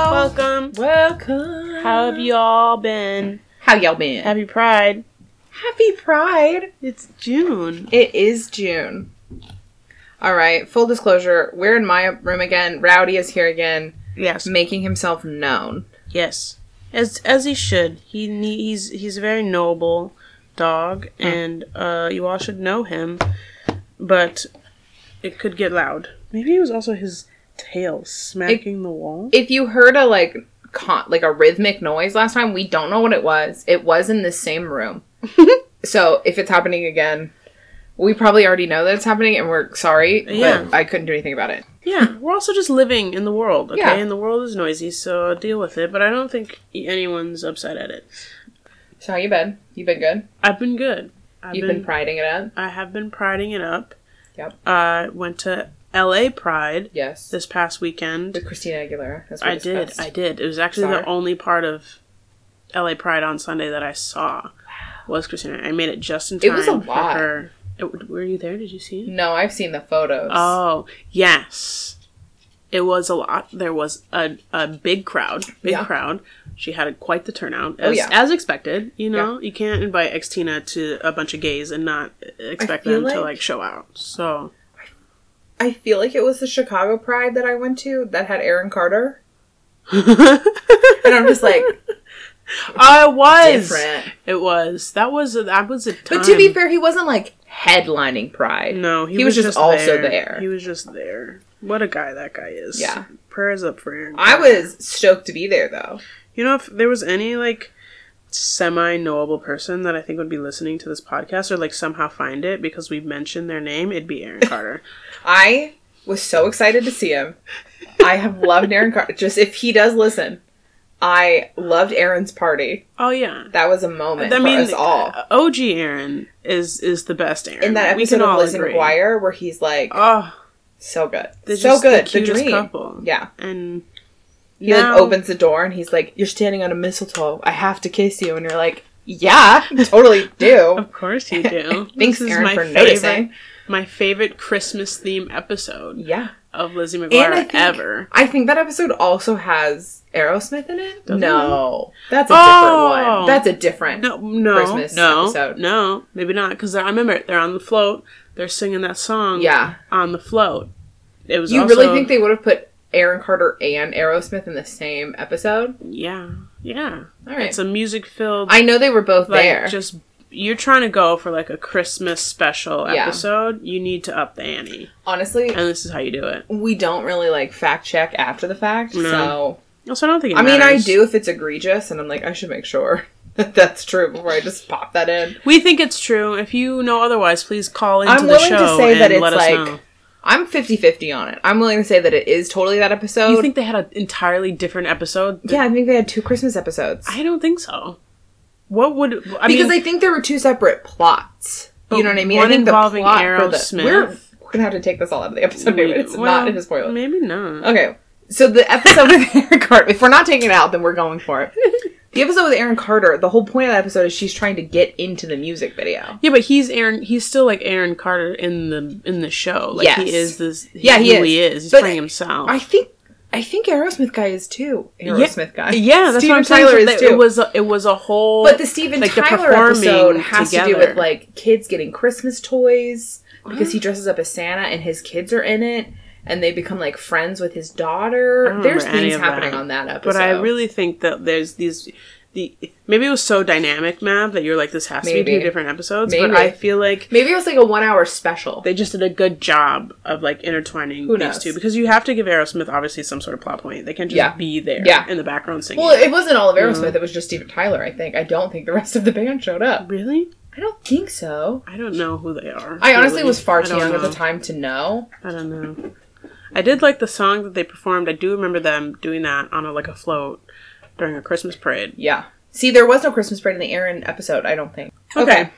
Welcome. Welcome. How have you all been? How y'all been? Happy Pride. Happy Pride. It's June. It is June. All right. Full disclosure: we're in my room again. Rowdy is here again, Yes. making himself known. Yes. As as he should. He nee- he's he's a very noble dog and uh you all should know him. But it could get loud. Maybe it was also his tail smacking the wall. If you heard a like con- like a rhythmic noise last time, we don't know what it was. It was in the same room. so if it's happening again, we probably already know that it's happening, and we're sorry, Yeah. but I couldn't do anything about it. Yeah, we're also just living in the world, okay? Yeah. And the world is noisy, so deal with it. But I don't think anyone's upset at it. So how you been? You been good? I've been good. I've You've been, priding it up. I have been priding it up. Yep. I went to LA Pride Yes. this past weekend. With Christina Aguilera. That's what I did. I did. It was actually Sorry. the only part of LA Pride on Sunday that I saw was Christina. I made it just in It time was a lot. for her. It, were you there? Did you see it? No, I've seen the photos. Oh, yes. It was a lot. There was a, a big crowd. Big Yeah. crowd. She had quite the turnout, Oh, as, yeah. as expected. You know, you can't invite ex Tina to a bunch of gays and not expect feel them to like- like show out. So I feel like it was the Chicago Pride that I went to that had Aaron Carter. And I'm just like, I was. different. It was. That was. A, that was a time. But to be fair, he wasn't like headlining Pride. no, he, he was was, just also there. He was just there. What a guy that guy is. Yeah. Prayers up for Aaron. I Carter. was stoked to be there though. You know, if there was any like semi knowable person that I think would be listening to this podcast or like somehow find it because we've mentioned their name, it'd be Aaron Carter. I was so excited to see him. I have loved Aaron Carter. Just if he does listen, I loved Aaron's party. oh yeah. That was a moment I for mean, us all. uh, OG Aaron is is the best Aaron. In that We episode can of all Lizzie agree. McGuire where he's like, Oh, so good, they're so just good, the the, cutest dream. couple. Yeah, And he Now- like opens the door and he's like, "You're standing on a mistletoe. I have to kiss you," and you're like, "Yeah, totally do." Of course you do. Thanks, This is Aaron, my for favorite- noticing. My favorite Christmas theme episode Yeah, of Lizzie and McGuire I think, ever. I think that episode also has Aerosmith in it. Doesn't no, that's a different Oh. one. That's a different. No, no, Christmas no, episode. no, maybe not. Because I remember it, they're on the float. They're singing that song. Yeah, on the float. It was. you also- really think they would have put Aaron Carter and Aerosmith in the same episode? Yeah, yeah. All right, It's a music filled. I know they were both like, there. Just you're trying to go for like a Christmas special Yeah. episode. You need to up the ante, Honestly, and this is how you do it. we don't really like fact check after the fact, No. so. Also, I don't think. It I mean, I matters. do if it's egregious, and I'm like, I should make sure that that's true before I just pop that in. We think it's true. If you know otherwise, please call into I'm the willing show to say and that it's let us like- know. I'm 50 50 on it. I'm willing to say that it is totally that episode. You think they had an entirely different episode? yeah, I think they had two Christmas episodes. I don't think so. What would I because mean? I think there were two separate plots. But You know what I mean? one I think involving for the- Aerosmith. We're, we're gonna have to take this all out of the episode, maybe it's well, not in the spoiler. Maybe not. Okay, so the episode with Aaron Carter, if we're not taking it out, then we're going for it. The episode with Aaron Carter, the whole point of that episode is she's trying to get into the music video. Yeah, but he's Aaron. He's still like Aaron Carter in the in the show. Like Yes. he is this. Yeah, he who He is. is. He's But playing himself. I think I think Aerosmith guy is too. Aerosmith guy. yeah, that's Steven what I'm saying. Tyler That is too. It was a, it was a whole. but the Steven like, the Tyler performing episode has to do together. with like kids getting Christmas toys because he dresses up as Santa and his kids are in it and they become like friends with his I daughter. don't There's remember any things of happening that. on that episode. But I really think that there's these. The maybe it was so dynamic, Mav, that you're like this has to be Maybe. two different episodes. But Maybe. I feel like maybe it was like a one hour special. they just did a good job of like intertwining Who these knows? two because you have to give Aerosmith obviously some sort of plot point. They can't just Yeah. be there Yeah. in the background singing. well, it wasn't all of Aerosmith. It was just Steven Tyler. I think. I don't think the rest of the band showed up. really? I don't think so. I don't know who they are. I honestly really. was far I too don't young at the know. time to know. I don't know. I did like the song that they performed. I do remember them doing that on a like a float during a Christmas parade. Yeah. See, there was no Christmas parade in the Aaron episode. I don't think. Okay.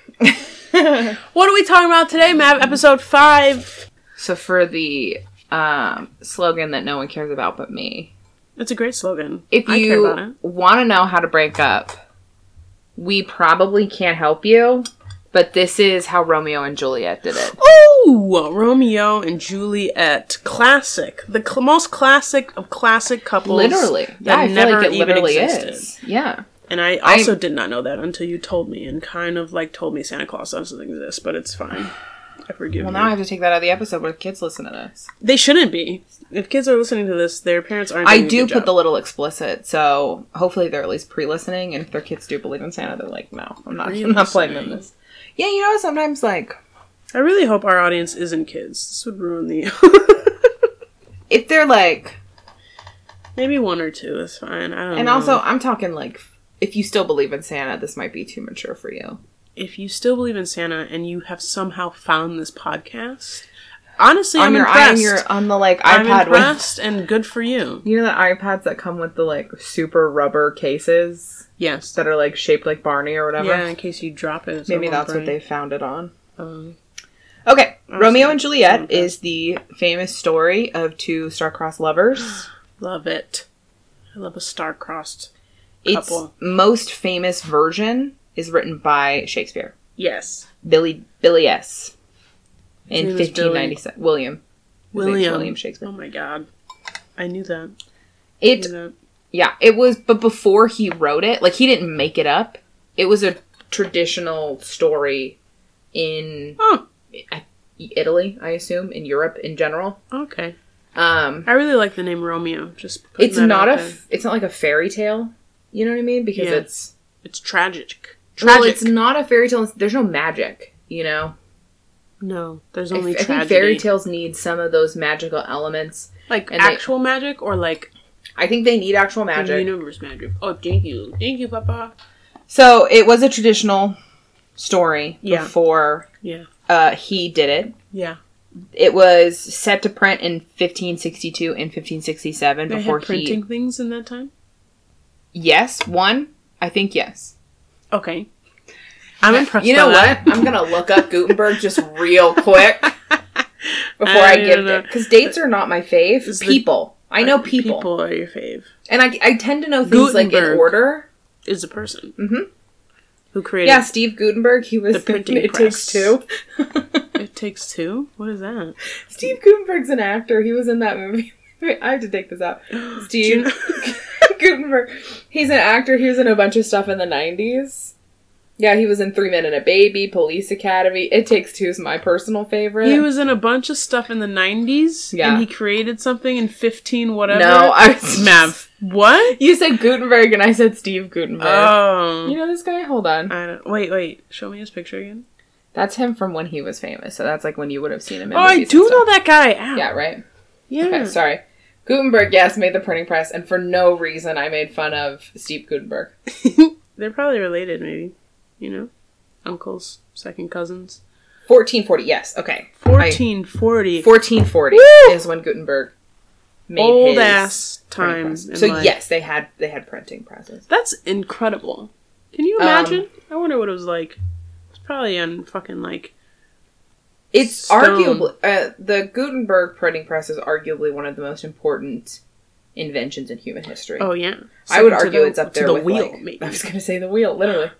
What are we talking about today, Mav? Episode five. So for the um, slogan that no one cares about but me, It's a great slogan. if I care about you it. want to know how to break up, we probably can't help you. But this is how Romeo and Juliet did it. Ooh, Romeo and Juliet, classic, the cl- most classic of classic couples. Literally. Yeah, that I feel never like it even literally existed. is. Yeah. And I also did not know that until you told me and kind of like told me Santa Claus doesn't exist, but it's fine. I forgive Well, you. now I have to take that out of the episode where the kids listen to this. They shouldn't be. If kids are listening to this, their parents aren't. I doing a do good put the job. little explicit, so hopefully they're at least pre-listening. And if their kids do believe in Santa, they're like, "No, I'm not. I'm not playing them this." Yeah, you know, sometimes like I really hope our audience isn't kids. This would ruin the. if they're like, Maybe one or two is fine. I don't. and know. also I'm talking like, if you still believe in Santa, this might be too mature for you. if you still believe in Santa and you have somehow found this podcast, honestly, on I'm your impressed. on your on the like I'm iPad with impressed and good for you. you know the iPads that come with the like super rubber cases Yes. that are like shaped like Barney or whatever. Yeah, in case you drop it. it's Maybe over that's what brain. they found it on. Um, Okay, Romeo and I'm Juliet impressed. is the famous story of two star-crossed lovers. love it. I love a star-crossed. Its Couple. most famous version is written by Shakespeare, Yes. Billy Billy S. In name is Billy. 1597, William. His name's William. William Oh Shakespeare. my god. I knew that. I It knew that. yeah, it was, but before he wrote it, like he didn't make it up. It was a traditional story in Oh, Italy, I assume, in Europe in general. okay. Um, I really like the name Romeo. Just putting it's that not a out f- there. it's not like a fairy tale you know what i mean because Yeah. it's It's tragic. Tragic. well it's not a fairy tale there's no magic you know no, there's I, only I think tragedy. fairy tales need some of those magical elements like and they- actual magic or like i think they need actual The magic universe magic. Oh, thank you. Thank you, Papa. so it was a traditional story Yeah. before Yeah. uh, he did it Yeah. it was set to print in 1562 and 1567 They before had printing things in that time? he yes one i think yes Okay. I'm impressed you know by what that. i'm gonna look up gutenberg just real quick before I I, don't give know. it. Because dates are not my fave. It's the- people. I know people. People are your fave. And I, I tend to know things like in Gutenberg. order. Is a person. Mhm. Who created Yeah, Steve Gutenberg, he was The printing It press. Takes Two. It Takes Two? What is that? Steve Gutenberg's an actor. He was in that movie. Wait, I have to take this out. you Steve Gutenberg. He's an actor. He was in a bunch of stuff in the 90s. Yeah, he was in Three Men and a Baby, Police Academy. It Takes Two is my personal favorite. He was in a bunch of stuff in the 90s. Yeah. And he created something in 15 whatever. No, I was. Mav. What? You said Gutenberg and I said Steve Gutenberg. Oh. you know this guy? Hold on. I don't, wait, wait. Show me his picture again. That's him from when he was famous. So that's like when you would have seen him. In Oh, I movies and do know stuff. that guy. Ow. Yeah, right. Yeah. Okay, sorry. Gutenberg, yes, made the printing press, and for no reason, I made fun of Steve Gutenberg. They're probably related, maybe. You know? Uncles, second cousins. Fourteen forty, yes, okay. Fourteen forty. Fourteen forty Woo! is when Gutenberg made Old his ass printing time. press. in So life. yes, they had they had printing presses. that's incredible. Can you Um, imagine? I wonder what it was like. It's probably on fucking like It's Stone. arguably uh, the Gutenberg printing press is arguably one of the most important inventions in human history. oh yeah. I Second would to argue the- it's up to there the with wheel, like- maybe. I was gonna say the wheel, literally,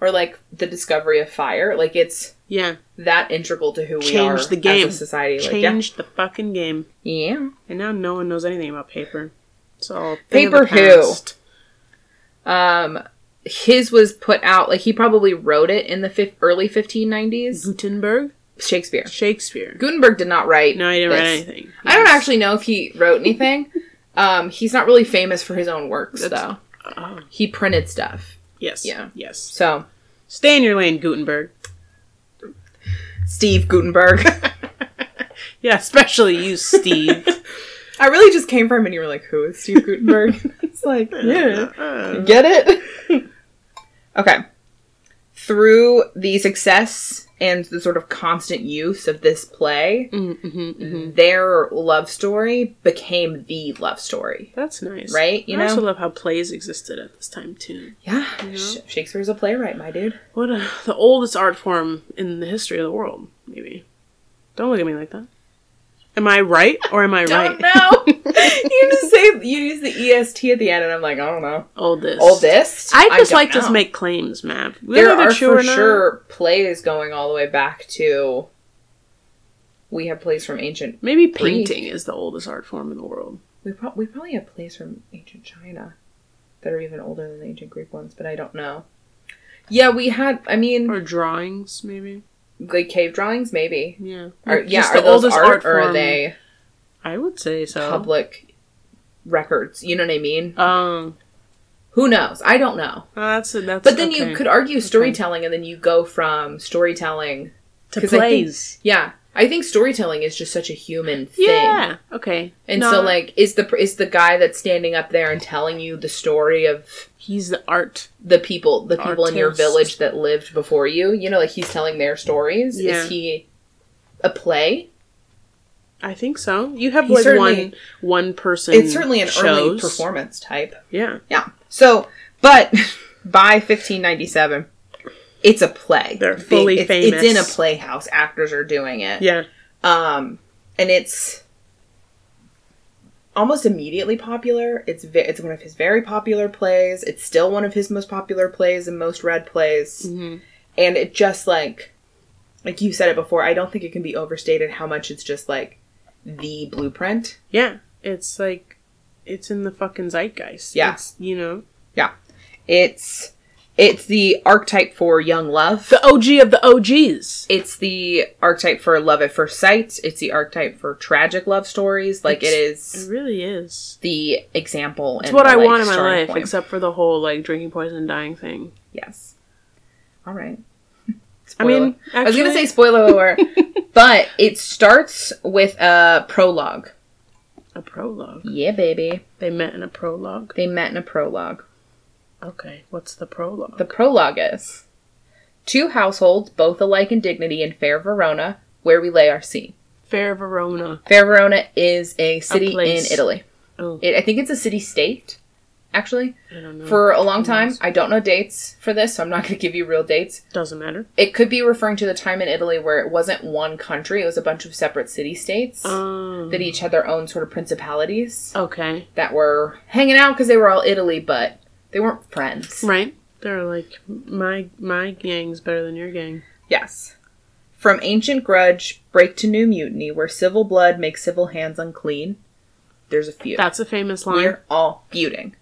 or like the discovery of fire. Like it's Yeah, that integral to who we Changed are the game. as a society. Like, yeah. changed the fucking game, yeah. and now no one knows anything about paper. It's all Paper who? Um, his was put out like he probably wrote it in the fif- early Mm-hmm. 1590s. Gutenberg, Shakespeare. Shakespeare. Gutenberg did not write. No, I didn't write this. anything. I don't Yes. actually know if he wrote anything. um, he's not really famous for his own works That's- though. Oh, He printed stuff. yes. Yeah. Yes. So Stay in your lane, Gutenberg. Steve Gutenberg. Yeah, especially you, Steve. I really just came from and you were like, who is Steve Gutenberg? it's like, yeah. Uh, Get it? okay. Through the success and the sort of constant use of this play, mm, mhm, mm-hmm. mhm. their love story became the love story. That's nice, Right, you I also know? love how plays existed at this time too. Yeah. Sh- Shakespeare's a playwright, my dude. What a, the oldest art form in the history of the world, maybe. Don't look at me like that. Am I right or am I right? Don't know. you just say, you use the EST at the end, and I'm like, I don't know. Oldest. Oldest? I just don't like know. to make claims, Mav. Whether There they're are true or for not, sure plays going all the way back to we have plays from ancient. Maybe painting is the oldest art form in the world. We, pro- we probably have plays from ancient China that are even older than the ancient Greek ones, but I don't know. Yeah, we had. I mean, Or drawings, maybe. like cave drawings, maybe. Yeah. Are, Just yeah, are those art, or are form, they I would say so. public records? You know what I mean? Um, Who knows? I don't know. that's that's. But then okay. you could argue storytelling, and then you go from storytelling. to 'cause I think- plays. Yeah, I think storytelling is just such a human thing. Yeah. Okay. And No, so, like, is the is the guy that's standing up there and telling you the story of he's the art. the people, the people in your Artist. village that lived before you? You know, like he's telling their stories. Yeah. Is he a play? I think so. You have He like certainly- one one person. It's certainly an early shows. performance type. Yeah. Yeah. So, but by 1597, it's a play. They're fully it's, it's famous. in a playhouse. Actors are doing it. Yeah. Um, and it's almost immediately popular. It's ve- it's one of his very popular plays. It's still one of his most popular plays and most read plays. Mhm. And it just like like you said it before, I don't think it can be overstated how much it's just like the blueprint. Yeah. It's like it's in the fucking zeitgeist. Yeah. It's, you know It's it's the archetype for young love. the OG of the OGs. It's the archetype for love at first sight. It's the archetype for tragic love stories. Like it It is really is. the example. It's and what the, I like, want in my starting life, point. except for the whole like drinking poison, dying thing. Yes. All right. I mean, Spoiler. I was gonna actually- say spoiler alert, but it starts with a prologue. a prologue. Yeah, baby. They met in a prologue. They met in a prologue. Okay, what's the prologue? The prologue is two households, both alike in dignity, in fair Verona, where we lay our sea. Fair Verona. Fair Verona is a city in place. Italy. Oh, Mm. It, I think it's a city state, actually. I don't know. For a long time, I don't know dates for this, so I'm not going to give you real dates. Doesn't matter. It could be referring to the time in Italy where it wasn't one country, it was a bunch of separate city states. Um, that each had their own sort of principalities okay, that were hanging out because they were all Italy, but they weren't friends. right. They're like my my gang's better than your gang. Yes. From ancient grudge, break to new mutiny, where civil blood makes civil hands unclean. There's a feud. That's a famous line. We're all feuding.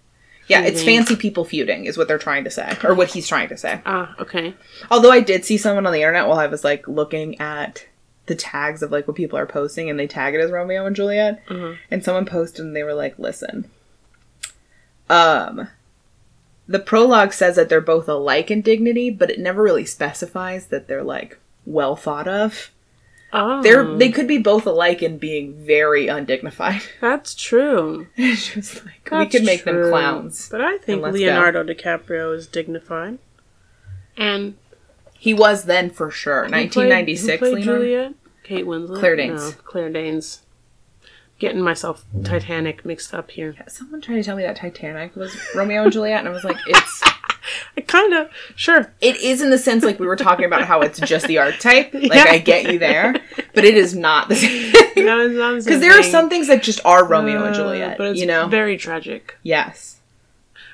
Yeah, it's Feuding. fancy people feuding, is what they're trying to say, or what he's trying to say. Ah, okay. Although I did see someone on the internet while I was like looking at the tags of like what people are posting and they tag it as Romeo and Juliet. Uh-huh. And someone posted and they were like, listen. Um the prologue says that they're both alike in dignity, but it never really specifies that they're like well thought of. Oh, They're they could be both alike in being very undignified. that's true. it's just like we That's could make them true. clowns. But I think And let's Leonardo DiCaprio is dignified. And He was then for sure. who Nineteen played- ninety six who played Leonardo. Juliet? Kate Winslet. Claire Danes. No, Claire Danes. Getting myself Titanic mixed up here. Someone tried to tell me that Titanic was Romeo and Juliet, and I was like, it's I kind of sure. it is in the sense like we were talking about how it's just the archetype. Like Yeah. I get you there, but it is not the same. Because Because there are some things that just are Romeo and uh, Juliet. but it's you know? very tragic. yes.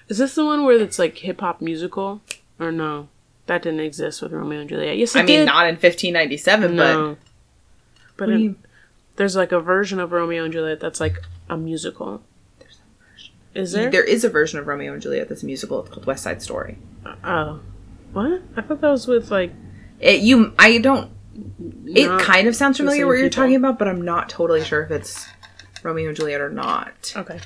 Is this the one where it's like hip hop musical or no? That didn't exist with Romeo and Juliet. Yes, it I mean, did. not in 1597, no. but But it- there's like a version of Romeo and Juliet that's like a musical. Is there? there is a version of Romeo and Juliet that's a musical called West Side Story. Oh, what? I thought that was with like. It, you, I don't. not- it kind of sounds familiar same what you're people. talking about, but I'm not totally sure if it's Romeo and Juliet or not. Okay.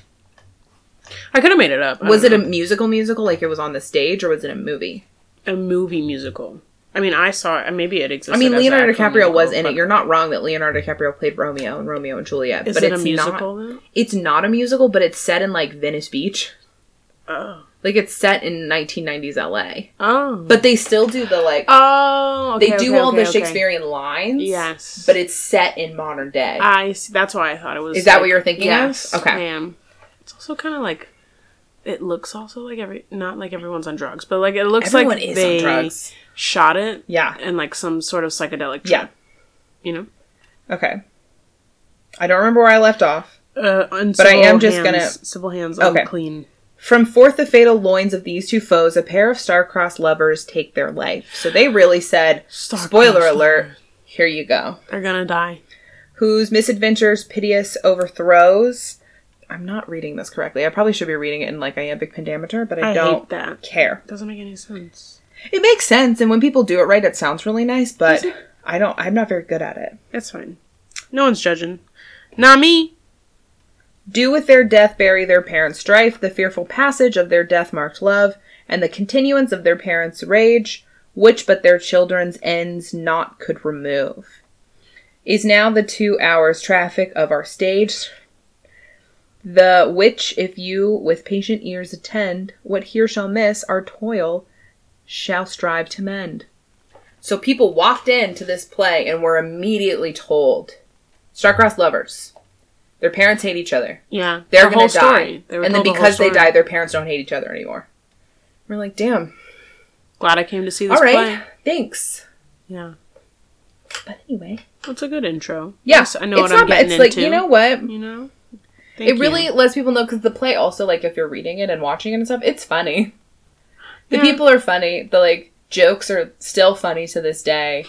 I could have made it up. I Was don't it a musical musical like it was on the stage, or was it a movie? know. a movie musical? I mean, I saw it. Maybe it existed. I mean, as an Leonardo actual DiCaprio was musical, in it. but You're not wrong that Leonardo DiCaprio played Romeo and Romeo and Juliet, Is but it it's a musical not. then? It's not a musical, but it's set in like Venice Beach. Oh. Like it's set in 1990s LA, Oh. but they still do the like Oh. they okay, do okay, all okay, the okay. Shakespearean lines. Yes. but it's set in modern day. I see. That's why I thought it was. Is that what you're thinking of? Yes. Okay. I am. It's also kind of like. It looks also like every not like everyone's on drugs, but like it looks Everyone like is they on drugs. shot it Yeah, and like some sort of psychedelic. yeah. Trip, You know. Okay. I don't remember where I left off. Uh, and But I civil am just hands, gonna- civil hands Okay. unclean. From forth the fatal loins of these two foes, a pair of star-crossed lovers take their life. So they really said, Star-crossed spoiler alert, here you go. They're gonna die. whose misadventures, piteous overthrows. I'm not reading this correctly. I probably should be reading it in like iambic pentameter, but I, I don't hate that. care. Doesn't make any sense. It makes sense, and when people do it right, it sounds really nice. But Does it? I don't. I'm not very good at it. It's fine. No one's judging. Not me. Do with their death bury their parents' strife, the fearful passage of their death marked love, and the continuance of their parents' rage, which but their children's ends not could remove. Is now the two hours traffic of our stage, the which, if you with patient ears attend, what here shall miss, our toil shall strive to mend. So people walked into this play and were immediately told, star-crossed lovers. Their parents hate each other Yeah. they're the gonna whole die. story. They were and then told the whole because they story. die, their parents don't hate each other anymore. We're like, damn. Glad I came to see this All right, play. thanks. Yeah. But anyway, That's a good intro. yes, I know what I'm getting It's into. like you know what? You know? Thank It really you. lets people know because the play also like if you're reading it and watching it and stuff, it's funny. The Yeah. people are funny. The like jokes are still funny to this day.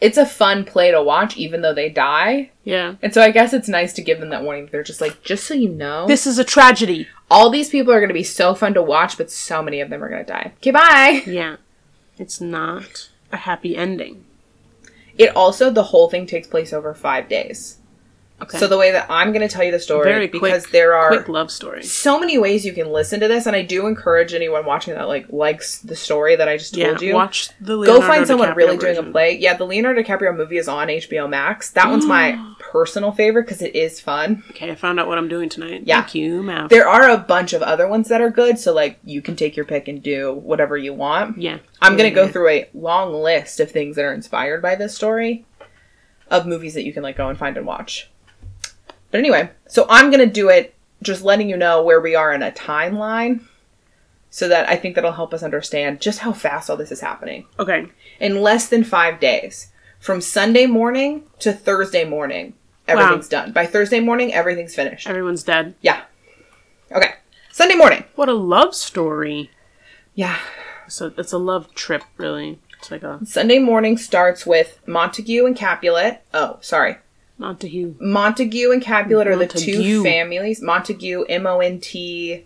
it's a fun play to watch, even though they die. Yeah. And so I guess it's nice to give them that warning. They're just like, just so you know, This is a tragedy. all these people are going to be so fun to watch, but so many of them are going to die. Okay, bye. Yeah. It's not a happy ending. It also the whole thing takes place over five days. Okay. So the way that I'm going to tell you the story, Very quick- because there are quick love story. so many ways you can listen to this, and I do encourage anyone watching that like likes the story that I just Yeah. told you. Watch the Go Leonardo find someone DiCaprio really doing version. a play. Yeah, the Leonardo DiCaprio movie is on HBO Max. That one's my personal favorite because it is fun. Okay, I found out what I'm doing tonight. Yeah. Thank you, Mav. There are a bunch of other ones that are good, so like you can take your pick and do whatever you want. yeah. I'm going to go Yeah. through a long list of things that are inspired by this story of movies that you can like go and find and watch. But anyway, so I'm going to do it just letting you know where we are in a timeline so that I think that'll help us understand just how fast all this is happening. Okay. In less than 5 days, from Sunday morning to Thursday morning, everything's done. By Thursday morning, everything's finished. Everyone's dead. Yeah. Okay. Sunday morning. What a love story. Yeah. So it's a love trip, really. It's like a Sunday morning starts with Montague and Capulet. Oh, sorry. Montague. Montague and Capulet are the Montague. two families. Montague, M O N T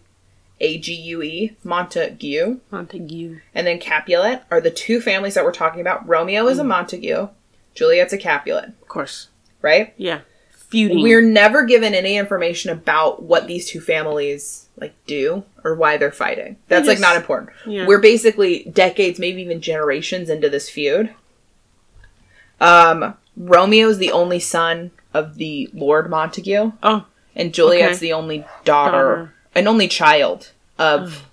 A G U E, Montague, Montague. and then Capulet are the two families that we're talking about. Romeo Mm. is a Montague, Juliet's a Capulet, Of course. right? Yeah. Feuding. We're never given any information about what these two families like do or why they're fighting. That's just- like not important. Yeah. We're basically decades, maybe even generations into this feud. Um, Romeo's the only son of the Lord Montague. Oh, And Juliet's Okay. the only daughter, Daughter. an only child of.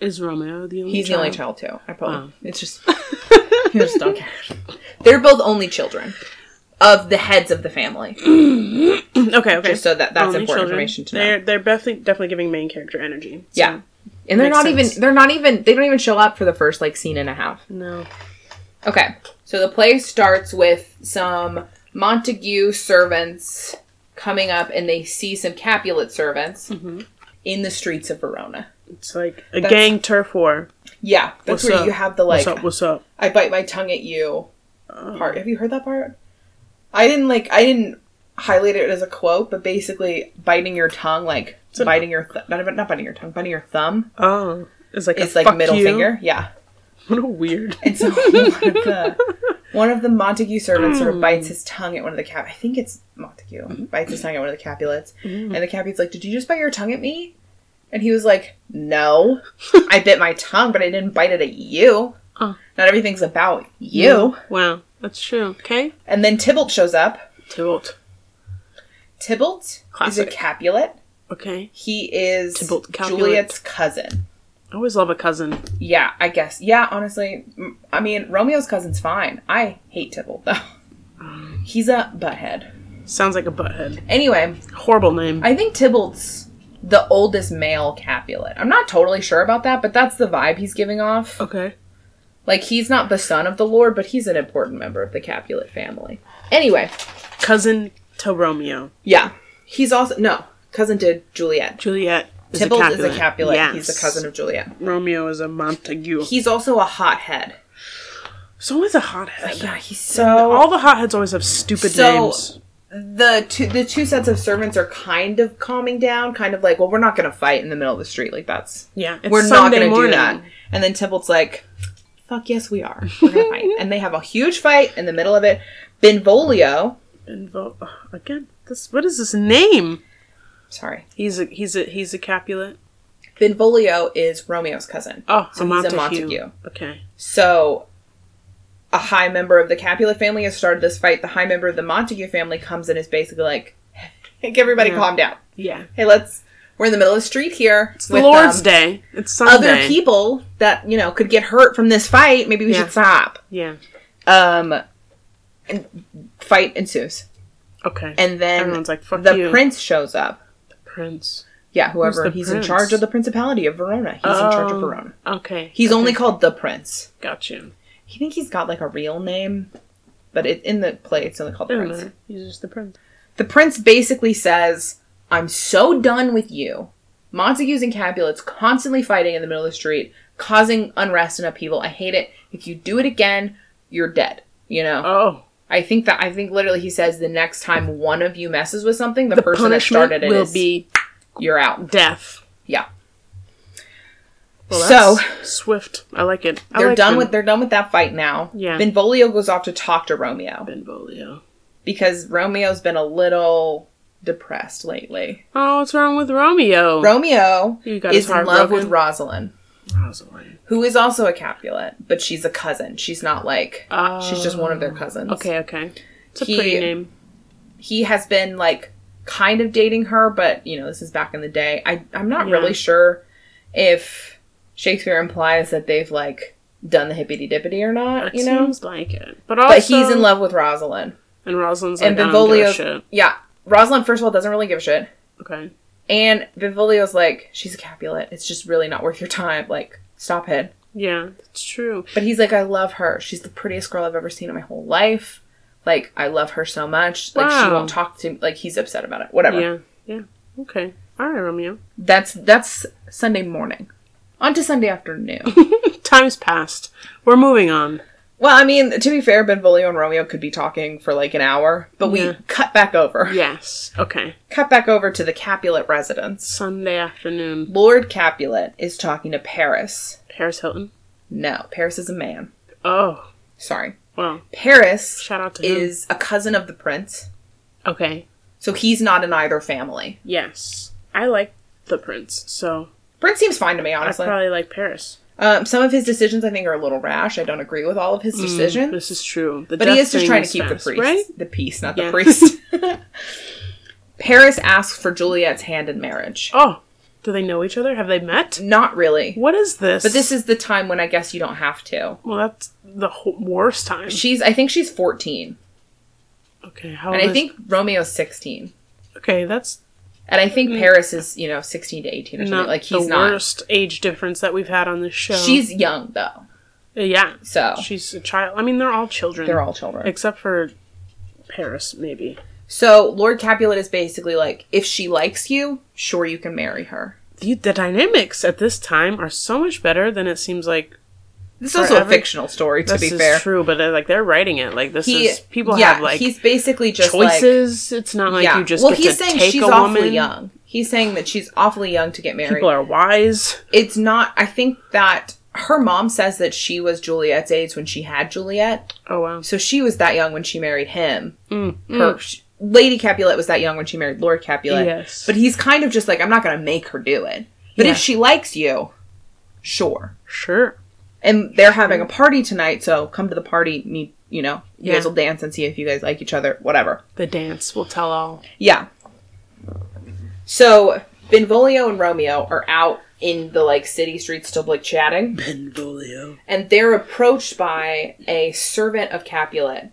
is Romeo the only he's the child? only child too. I probably. Wow. It's just. you just don't care. They're both only children of the heads of the family. Okay, okay. Just so that that's Only children. important information to know. They're they're definitely definitely giving main character energy. So, yeah. And they're Makes not sense. even. They're not even. They don't even show up for the first like scene and a half. No. Okay. So the play starts with some Montague servants coming up, and they see some Capulet servants Mm-hmm. in the streets of Verona. It's like a That's- gang turf war. Yeah, What's that's where up? you have the like. what's up? What's up? I bite my tongue at you Oh. part. Have you heard that part? I didn't like. I didn't highlight it as a quote, but basically, biting your tongue, like an- biting your th- not, not biting your tongue, biting your thumb Oh. It's like is a like fuck middle you. finger. Yeah, What a weird. and so one of the one of the Montague servants sort of Mm. bites his tongue at one of the cap. I think it's Mm-hmm. Montague bites his tongue at one of the Capulets, Mm. and the Capulet's like, "Did you just bite your tongue at me?" And he was like, "No, I bit my tongue, but I didn't bite it at you. Oh. Mm. Not everything's about you." Wow. That's true. Okay. And then Tybalt shows up. Tybalt. Tybalt Classic. is a Capulet. Okay. He is Tybalt Capulet. Juliet's cousin. I always love a cousin. Yeah, I guess. Yeah, honestly, m- I mean Romeo's cousin's fine. I hate Tybalt though. Um, He's a butthead. Sounds like a butthead. Anyway, Horrible name. I think Tybalt's the oldest male Capulet. I'm not totally sure about that, but that's the vibe he's giving off. okay. Like he's not the son of the Lord, but he's an important member of the Capulet family. Anyway, Cousin to Romeo. yeah, he's also no cousin to Juliet. Juliet is Tybalt a Capulet. is a Capulet. Yes. He's a cousin of Juliet. Romeo is a Montague. He's also a hothead. It's always a hothead. he's so All the hotheads always have stupid So- names. the two the two sets of servants are kind of calming down, kind of like, well, we're not going to fight in the middle of the street. Like that's Yeah, it's we're Sunday not going to do morning. that. And then Temple's like, fuck yes, we are. We're going to fight. And they have a huge fight in the middle of it. Benvolio, Invo- ugh, again, this what is this name? sorry, He's a he's a he's a Capulet. Benvolio is Romeo's cousin. Oh, So a he's Montague. a Montague. Okay, So a high member of the Capulet family has started this fight. The high member of the Montague family comes in and is basically like, hey, everybody Yeah. calm down. yeah. Hey, let's, we're in the middle of the street here. It's the Lord's um, Day. It's Sunday. Other people that, you know, could get hurt from this fight. Maybe we Yeah. should stop. Yeah. Um, and fight ensues, Okay. and then Everyone's like, "Fuck the you." prince shows up. Prince. Yeah, whoever the he's prince? in charge of the principality of Verona. He's in charge Oh. of Verona. Okay. He's only called the prince. got you. You think he's got like a real name, but it, in the play it's only called the Doesn't prince. matter. He's just the prince. The prince basically says, "I'm so done with you." Montagues and Capulets constantly fighting in the middle of the street, causing unrest and upheaval. I hate it. If you do it again, you're dead. You know. Oh, I think that I think literally he says the next time one of you messes with something, the, the person that punishment started it will is- be you're out. death. Yeah, Well, So- that's swift. I like it. I they're like done him. with they're done with that fight now. Yeah. Benvolio goes off to talk to Romeo Benvolio. because Romeo's been a little depressed lately. Oh, what's wrong with Romeo? Romeo You Oh. got his is in heart love with broken. Rosalind, Rosalind. who is also a Capulet, but she's a cousin. She's not like Oh. she's just one of their cousins. Okay, okay. It's a He- pretty name. he has been like kind of dating her, but you know, this is back in the day. I I'm not Yeah. really sure if Shakespeare implies that they've like done the hippity dippity or not, It you know. seems like it. But also, but he's in love with Rosalind. And Rosalind's like, And I don't give a Benvolio's shit. yeah. Rosalind first of all doesn't really give a shit. Okay. And Benvolio's like, she's a Capulet. It's just really not worth your time. Like, stop it. Yeah, that's true. But he's like, I love her. She's the prettiest girl I've ever seen in my whole life. Like, I love her so much. Like, she Wow. won't talk to me. Like, he's upset about it. Whatever. Yeah, yeah. Okay. All right, Romeo. That's that's Sunday morning. On to Sunday afternoon. Time's passed. We're moving on. well, I mean, to be fair, Benvolio and Romeo could be talking for like an hour, but we Yeah. cut back over. Yes. Okay. Cut back over to the Capulet residence. Sunday afternoon. Lord Capulet is talking to Paris. Paris Hilton. No, Paris is a man. Oh, Sorry. well. Paris Shout out to him. is a cousin of the prince, Okay. so he's not in either family. Yes. I like the prince, so Prince seems fine to me, honestly. I probably like Paris. um, some of his decisions I think are a little rash. I don't agree with all of Mm, his decisions. This is true. The But he death is just thing trying to keep fast, the priest. Right? The peace, not Yeah. the priest. Paris asks for Juliet's hand in marriage. Oh, do they know each other? Have they met? Not really. What is this? But this is the time when I guess you don't have to. well, that's the whole worst time. She's I think she's 14. Okay, how And old is- I think Romeo's 16. okay, that's And I think Paris is, you know, 16 to 18 or something. Mm. not like he's the not. worst age difference that we've had on this show. Uh, She's young though. yeah, So, she's a child. I mean, they're all children. they're all children. except for Paris, maybe. so, Lord Capulet is basically like if she likes you, sure you can marry her. The, the dynamics at this time are so much better than it seems like. This is For also every- a fictional story to This be is fair. true, but uh, like they're writing it like this He- is people yeah, have like he's basically just like choices. it's not like you just well, get he's to saying take she's a awfully woman. young. He's saying that she's awfully young to get married. People are wise. it's not. I think that her mom says that she was Juliet's age when she had Juliet, Oh wow. so she was that young when she married him. Mm, Her sh Lady Capulet was that young when she married Lord Capulet. Yes. but he's kind of just like, I'm not going to make her do it. But Yeah. if she likes you, sure. Sure. And they're having a party tonight, so come to the party. Meet, you know, you Yeah. guys will dance and see if you guys like each other. Whatever. The dance will tell all. Yeah. So Benvolio and Romeo are out in the like city streets still like chatting, Benvolio. and they're approached by a servant of Capulet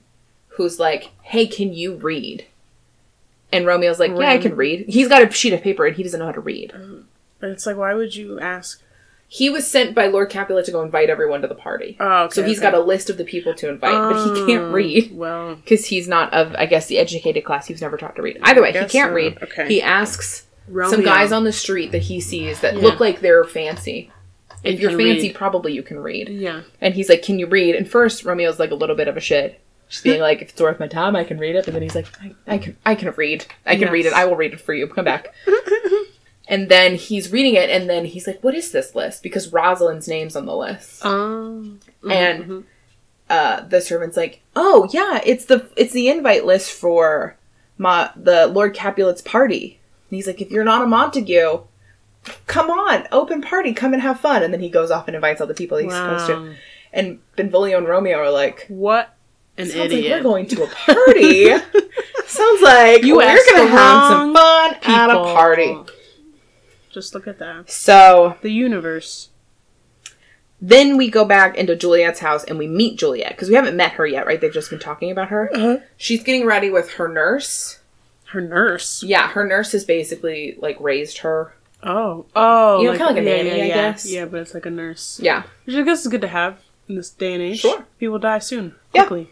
who's like, Hey, can you read? And Romeo's like, Yeah, I can read. He's got a sheet of paper and he doesn't know how to read. But it's like, why would you ask? He was sent by Lord Capulet to go invite everyone to the party. Oh, okay, so he's okay. Um, got a list of the people to invite, but he can't read. Well, Because he's not of, I guess, the educated class. He was never taught to read. Either way, he guess can't not. read. Okay. He asks Romeo. some guys on the street that he sees that look like they're fancy. If You you're can fancy, read. probably you can read. Yeah. And he's like, "Can you read?" And first, Romeo's like a little bit of a shit, She's being like, if it's worth my time, I can read it. But then he's like, I, I can, I can read. I can read it. Yes. I will read it for you. Come back. and then he's reading it, and then he's like, what is this list? Because Rosalind's name's on the list. Um, And- mhm. Uh, the servant's like, oh yeah, it's the it's the invite list for my the Lord Capulet's party. And he's like, if you're not a Montague, come on, open party, come and have fun. And then he goes off and invites all the people he's supposed to. Oh, wow. And Benvolio and Romeo are like. what an Sounds like we're idiot! going to a party. Sounds like You we're asked gonna the have wrong some fun at a People. party. Just look at that. So The universe. then we go back into Juliet's house and we meet Juliet because we haven't met her yet, right? They've just been talking about her. Uh-huh. She's getting ready with her nurse. Her nurse. Yeah, her nurse has basically like raised her. Oh, oh, You know, kinda like a nanny, yeah, I yeah. guess. Yeah, but it's like a nurse, Yeah, which I guess is good to have in this day and age. Sure. people die soon, Yeah. quickly.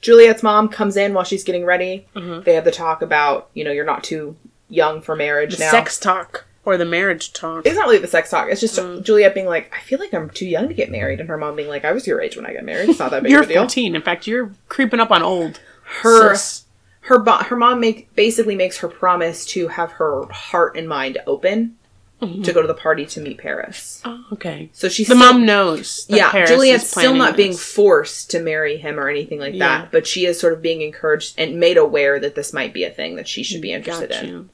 Juliet's mom comes in while she's getting ready. Mhm. They have the talk about you know you're not too young for marriage The now. sex talk or the marriage talk. it's not really the sex talk. It's just Mm. Juliet being like, I feel like I'm too young to get married, and her mom being like, I was your age when I got married. It's not that big You're of a deal. 14. In fact, you're creeping up on old. Her Sis. her bo- her mom make basically makes her promise to have her heart and mind open Mm-hmm. to go to the party to meet Paris. Oh, okay. So she's The still- mom knows. That yeah, Paris Juliet's is still planning not being this. forced to marry him or anything like Yeah. that, but she is sort of being encouraged and made aware that this might be a thing that she should be interested Got in. you.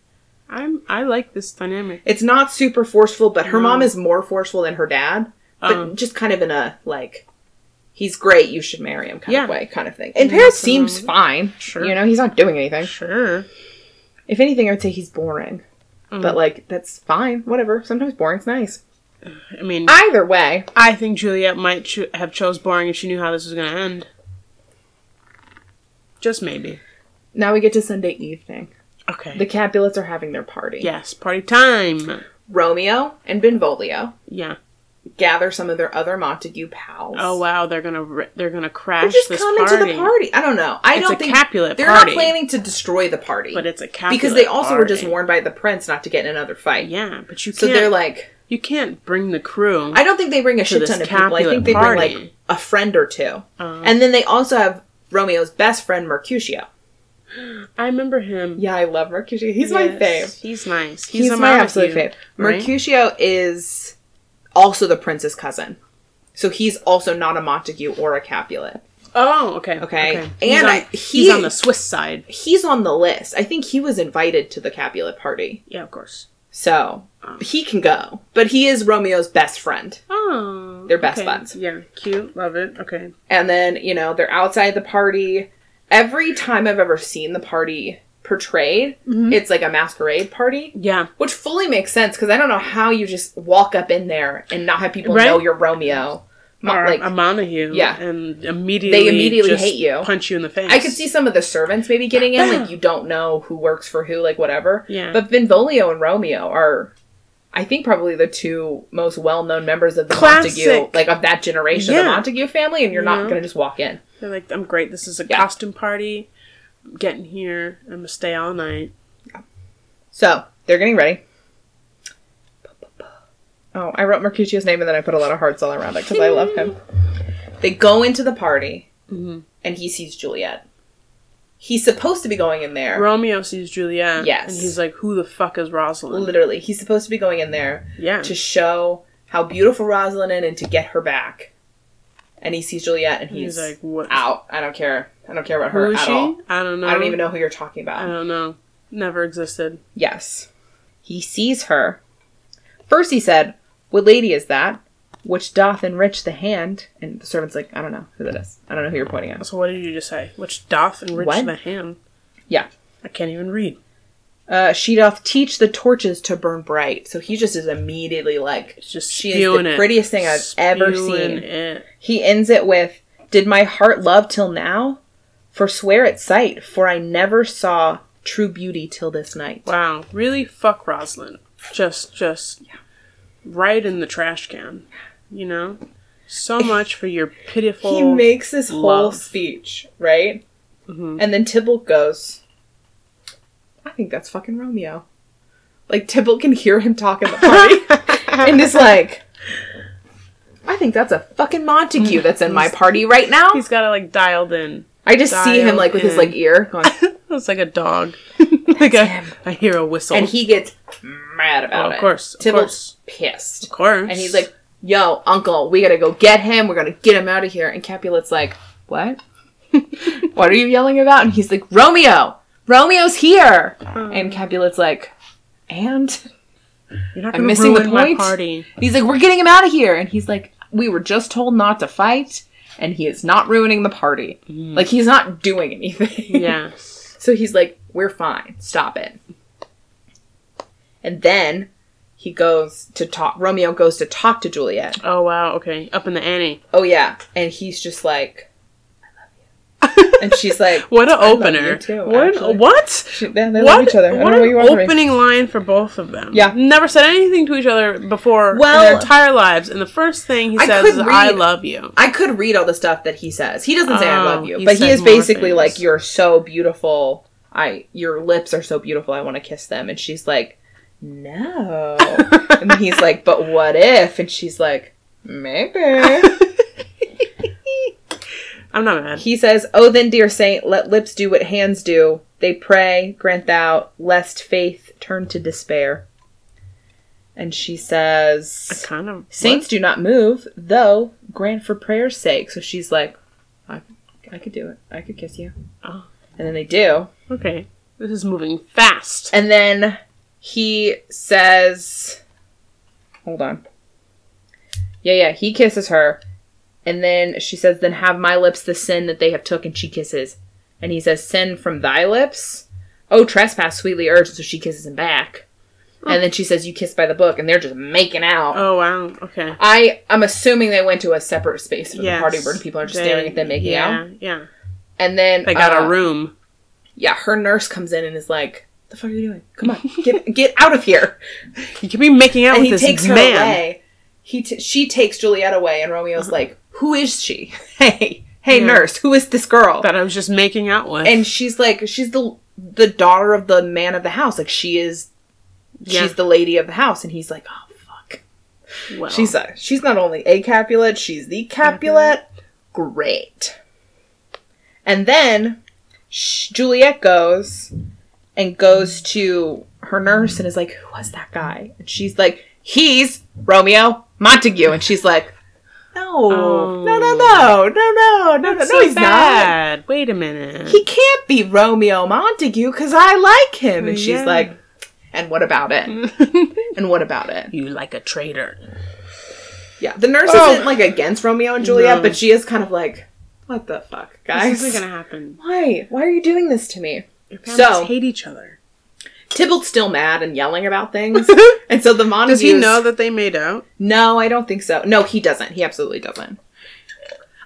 I'm. I like this dynamic. It's not super forceful, but her No. mom is more forceful than her dad, but Um. just kind of in a like he's great, you should marry him kind Yeah. of way kind of thing. And Nothing Paris wrong seems with it. fine. Sure. You know, he's not doing anything. Sure. If anything, I would say he's boring. Mm. But like, that's fine. Whatever. Sometimes boring's nice. I mean, I, Either way, think Juliet might cho- have chose boring if she knew how this was going to end. Just maybe. now we get to Sunday evening. Okay. The Capulets are having their party. yes, party time. Romeo and Benvolio Yeah. gather some of their other Montague pals. Oh wow, they're gonna re- they're gonna crash They're just this coming party. to the party. I don't know. I It's don't a think Capulet they're party, not planning to destroy the party, but it's a Capulet because they also were just party. warned by the prince not to get in another fight. Yeah, but you So can't. they're like, you can't bring the crew. I don't think they bring a shit this ton of people. I Capulet think they party. bring like a friend or two, Oh. and then they also have Romeo's best friend Mercutio. I remember him. Yeah, I love Mercutio. He's my fave. Yes, He's nice. He's, He's, a my Montague, absolute fave. right? Mercutio is also the prince's cousin. So he's also not a Montague or a Capulet. Oh, okay, Okay. And And he's on, I- he- he's on the Swiss side. He's on the list. I think he was invited to the Capulet party. Yeah, of course. So he can go. But he is Romeo's best friend. Oh, They're best okay. buds. Yeah, cute. Love it. Okay. And then, you know, they're outside the party. Every time I've ever seen the party portrayed, Mm-hmm. it's like a masquerade party. Yeah. Which fully makes sense because I don't know how you just walk up in there and not have people Right? know you're Romeo. Mo- or um, like a Montague. Yeah. and immediately They immediately just hate you. punch you in the face. I could see some of the servants maybe getting in, like you don't know who works for who, like whatever. Yeah. But Benvolio and Romeo are, I think, probably the two most well-known members of the Classic. Montague, like of that generation, of Yeah. the Montague family, and you're not Yeah. gonna just walk in. They're like, I'm great. This is a Yeah. costume party. I'm getting here. I'm gonna stay all night. So they're getting ready. Oh, I wrote Mercutio's name and then I put a lot of hearts all around it because I love him. They go into the party, Mhm. and he sees Juliet. He's supposed to be going in there. Romeo sees Juliet. Yes. and he's like, Who the fuck is Rosalind? Literally, he's supposed to be going in there Yeah, to show how beautiful Rosalind is and to get her back. And he sees Juliet and And he's, he's, like, What? out. I don't care. I don't care about her Who is at she? Um, uh, all. I don't know. I don't even know who you're talking I about. don't know. Never existed. Yes. He sees her. First he said, What lady is that? Which doth enrich the hand. And the servant's like, I don't know who that is. I don't know who you're pointing at. So what did you just say? Which doth enrich What? the hand? Yeah. I can't even read. Uh, she doth teach the torches to burn bright. So he just is immediately like, It's just She is the spewing it. prettiest thing I've ever Spewing seen. It. He ends it with, Did my heart love till now? Forswear at sight, for I never saw true beauty till this night. Wow, really fuck Rosalind. Just just right in the trash can. You know? So much for your pitiful He makes this whole love. speech, right? Mhm. And then Tybalt goes, I think that's fucking Romeo. Like, Tybalt can hear him talk in the party and is like, I think that's a fucking Montague that's in my party right now. Mm-hmm. He's got it like dialed in. I just see him like with his like ear going, It's like a dog. like I, I hear a whistle. and he gets mad about Oh, it. of course, of Tibble's course, pissed, of course. and he's like, "Yo, Uncle, we gotta go get him. We're gonna get him out of here." And Capulet's like, "What? what are you yelling about?" And he's like, "Romeo, Romeo's here." And Capulet's like, "And." You're not I'm gonna missing the ruin my point. party. And He's like, we're getting him out of here. And he's like, we were just told not to fight, and he is not ruining the party. Like, he's not doing anything. Yeah. so he's like, we're fine. Stop it. And then he goes to talk, Romeo goes to talk to Juliet. Oh wow. Okay. Up in the ante. Oh, yeah. And he's just like, and she's like, What an I love opener! you too, what? actually. What? she, they, they What, love each other. I don't what know what an you want from me. opening line for both of them. Yeah. Never said anything to each other before in Well- their entire lives. And the first thing he I says could is, I read- love you. I could read all the stuff that he says. He doesn't say I Oh, love you, he but he said is more basically things. like you're so beautiful. I your lips are so beautiful. I want to kiss them. And she's like, "No." and he's like, "But what if?" And she's like, "Maybe." I'm not mad. he says, "Oh then, dear saint, let lips do what hands do. They pray, grant thou, lest faith turn to despair." And she I says, kind of. Saints do not move, though grant for prayer's sake. So she's like, I, I could do it. I could kiss you. Oh. And then they do. What? Okay. This is moving fast. And then he says, Hold on. Yeah, yeah. He kisses her. And then she says, Then have my lips the sin that they have took. And she kisses. And he says, Sin from thy lips? Oh, trespass sweetly urged. So she kisses him back. And then she says, You kiss by the book. And they're just making out. Oh wow. Okay. I I'm assuming they went to a separate space for Yes. the party where people are just They- staring at them making yeah, out. Yeah. And then They got uh, a room. Yeah, her nurse comes in and is like, "The fuck are you doing? Come on, get get out of here!" You could be making out And with he this takes her man. Uh-huh. away. He t- she takes Juliet away, and Romeo's like, "Who is she? Hey, hey, Yeah. nurse, who is this girl?" That I was just making out with. and she's like, "She's the the daughter of the man of the house. Like she is, Yeah. she's the lady of the house." And he's like, "Oh fuck, well, she's a, she's not only a Capulet, she's the Capulet. Great. And then sh- Juliet goes and goes to her nurse and is like, "Who was that guy?" And she's like, "He's Romeo Montague." And she's like, "No, Oh. no, no, no, no, no, no, no, That's no, so he's not." bad. Wait a minute. He can't be Romeo Montague because I like him. And she's Oh, Yeah. like, and what about it? And what about it? you like a traitor. Yeah, the nurse Oh. isn't like against Romeo and Juliet, No. but she is kind of like, what the fuck, guys? This isn't gonna happen. Why? Why are you doing this to me? Your So- families hate each other. Tybalt's still mad and yelling about things, and so the Montagues. Does he know that they made out? No, I don't think so. No, he doesn't. He absolutely doesn't.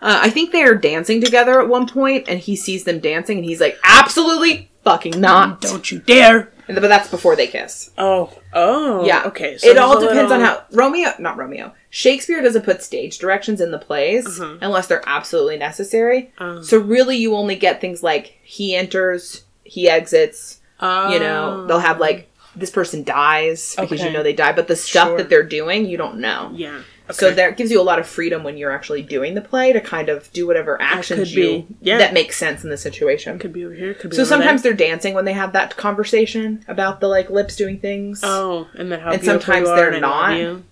Uh, I think they are dancing together at one point, and he sees them dancing, and he's like, absolutely fucking not. Don't you dare. And- But that's before they kiss. Oh. Mm. Oh. Yeah. Okay. it there's all a depends little- on how Romeo, not Romeo. Shakespeare doesn't put stage directions in the plays Uh-huh. unless they're absolutely necessary. Oh. So really, you only get things like he enters, he exits. You know, Oh. they'll have like this person dies because you Okay. know they die, but the stuff Sure. that they're doing, you don't know. Yeah. So Okay. that gives you a lot of freedom when you're actually doing the play to kind of do whatever actions could you be- yeah. that makes sense in the situation. could be over here. Could be. so over sometimes there. they're dancing when they have that conversation about the like lips doing things. Oh, and then how and beautiful sometimes you are they're and I love not. you.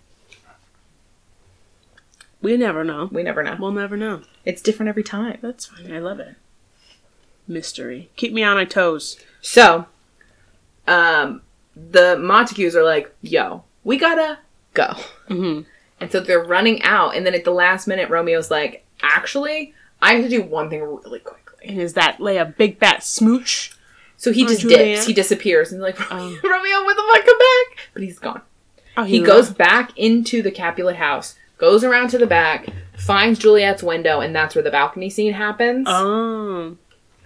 We never know. We never know. We'll never know. It's different every time. That's fine. I love it. Mystery. Keep me on my toes. So, um, the Montagues are like, yo, we gotta go. Mhm. And so they're running out. And then at the last minute, Romeo's like, actually, I have to do one thing really quickly. And is that lay a big fat smooch? So he Oh, just Juliet. dips. He disappears. And like, Romeo, Oh. when the fuck come back? But he's gone. Oh, He goes back into the Capulet house, goes around to the back, finds Juliet's window, and that's where the balcony scene happens. Oh.